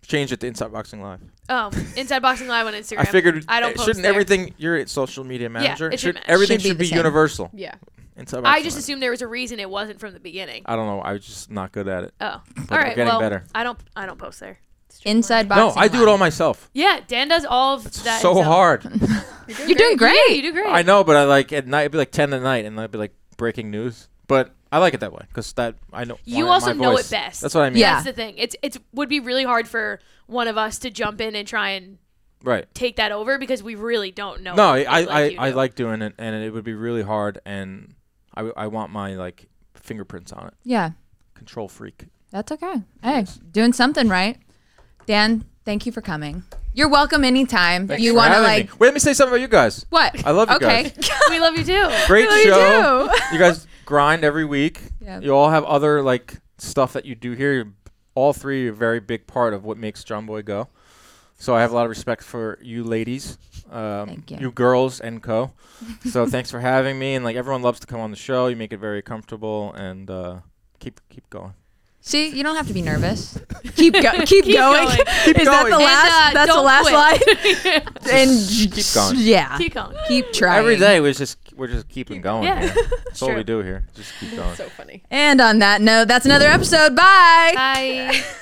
S2: Changed it to Inside Boxing Live.
S4: Oh, Inside Boxing Live on Instagram.
S2: I figured
S4: I don't
S2: uh,
S4: post
S2: shouldn't
S4: there.
S2: everything you're a social media manager.
S4: it should
S2: should,
S4: match.
S2: everything
S1: Should be
S2: should
S1: the
S2: be,
S1: same.
S2: universal.
S3: Yeah.
S2: Inside
S4: I
S2: Boxing
S4: just
S2: Live.
S4: assumed there was a reason it wasn't from the beginning.
S2: I don't know. I was just not good at it.
S4: Oh, all
S2: we're
S4: right.
S2: getting
S4: well,
S2: better.
S4: I don't. I don't post there.
S1: Inside boxing.
S2: no, I do it all myself.
S4: Yeah, Dan does all of
S2: It's
S4: that.
S2: so
S4: himself.
S2: hard.
S1: You're doing great.
S4: Yeah, you do great.
S2: I know, but I like at night it'd be like ten at night, and I'd be like breaking news. But I like it that way because that I know.
S4: You
S2: want
S4: also
S2: my
S4: know
S2: voice.
S4: it best.
S2: That's what I mean.
S1: Yeah.
S4: That's the thing. It's it's would be really hard for one of us to jump in and try and
S2: Right.
S4: take that over because we really don't know.
S2: No, I
S4: it
S2: I,
S4: like you
S2: I, I
S4: do.
S2: like doing it, and it would be really hard, and I w- I want my like fingerprints on it.
S1: Yeah,
S2: Control freak.
S1: that's okay. Hey, doing something right. Dan, thank you for coming. You're welcome anytime.
S2: Thanks
S1: you
S2: for
S1: want to
S2: having
S1: like
S2: me. Wait, let me say something about you guys.
S1: what?
S2: I love you
S1: okay.
S2: guys.
S4: we love you too.
S2: Great
S1: Well, you
S2: show.
S1: do.
S2: You guys grind every week.
S1: Yeah.
S2: You all have other like stuff that you do here. All three are a very big part of what makes John Boy go. So I have a lot of respect for you ladies, um,
S1: Thank you.
S2: girls and co. so thanks for having me, and like everyone loves to come on the show. You make it very comfortable, and uh, keep keep going.
S1: See, you don't have to be nervous. keep go- keep, going.
S4: going.
S1: Is that
S2: going.
S1: the
S2: And,
S1: last?
S4: uh,
S1: that's the
S4: don't
S1: last
S4: quit.
S1: line. and
S2: keep going.
S1: Yeah.
S4: Keep going.
S1: Keep trying.
S2: Every day we're just we're just keeping going.
S4: Yeah.
S2: here. That's all
S4: true.
S2: we do here. Just keep going.
S3: So funny.
S1: And on that note, that's another episode. Bye.
S4: Bye.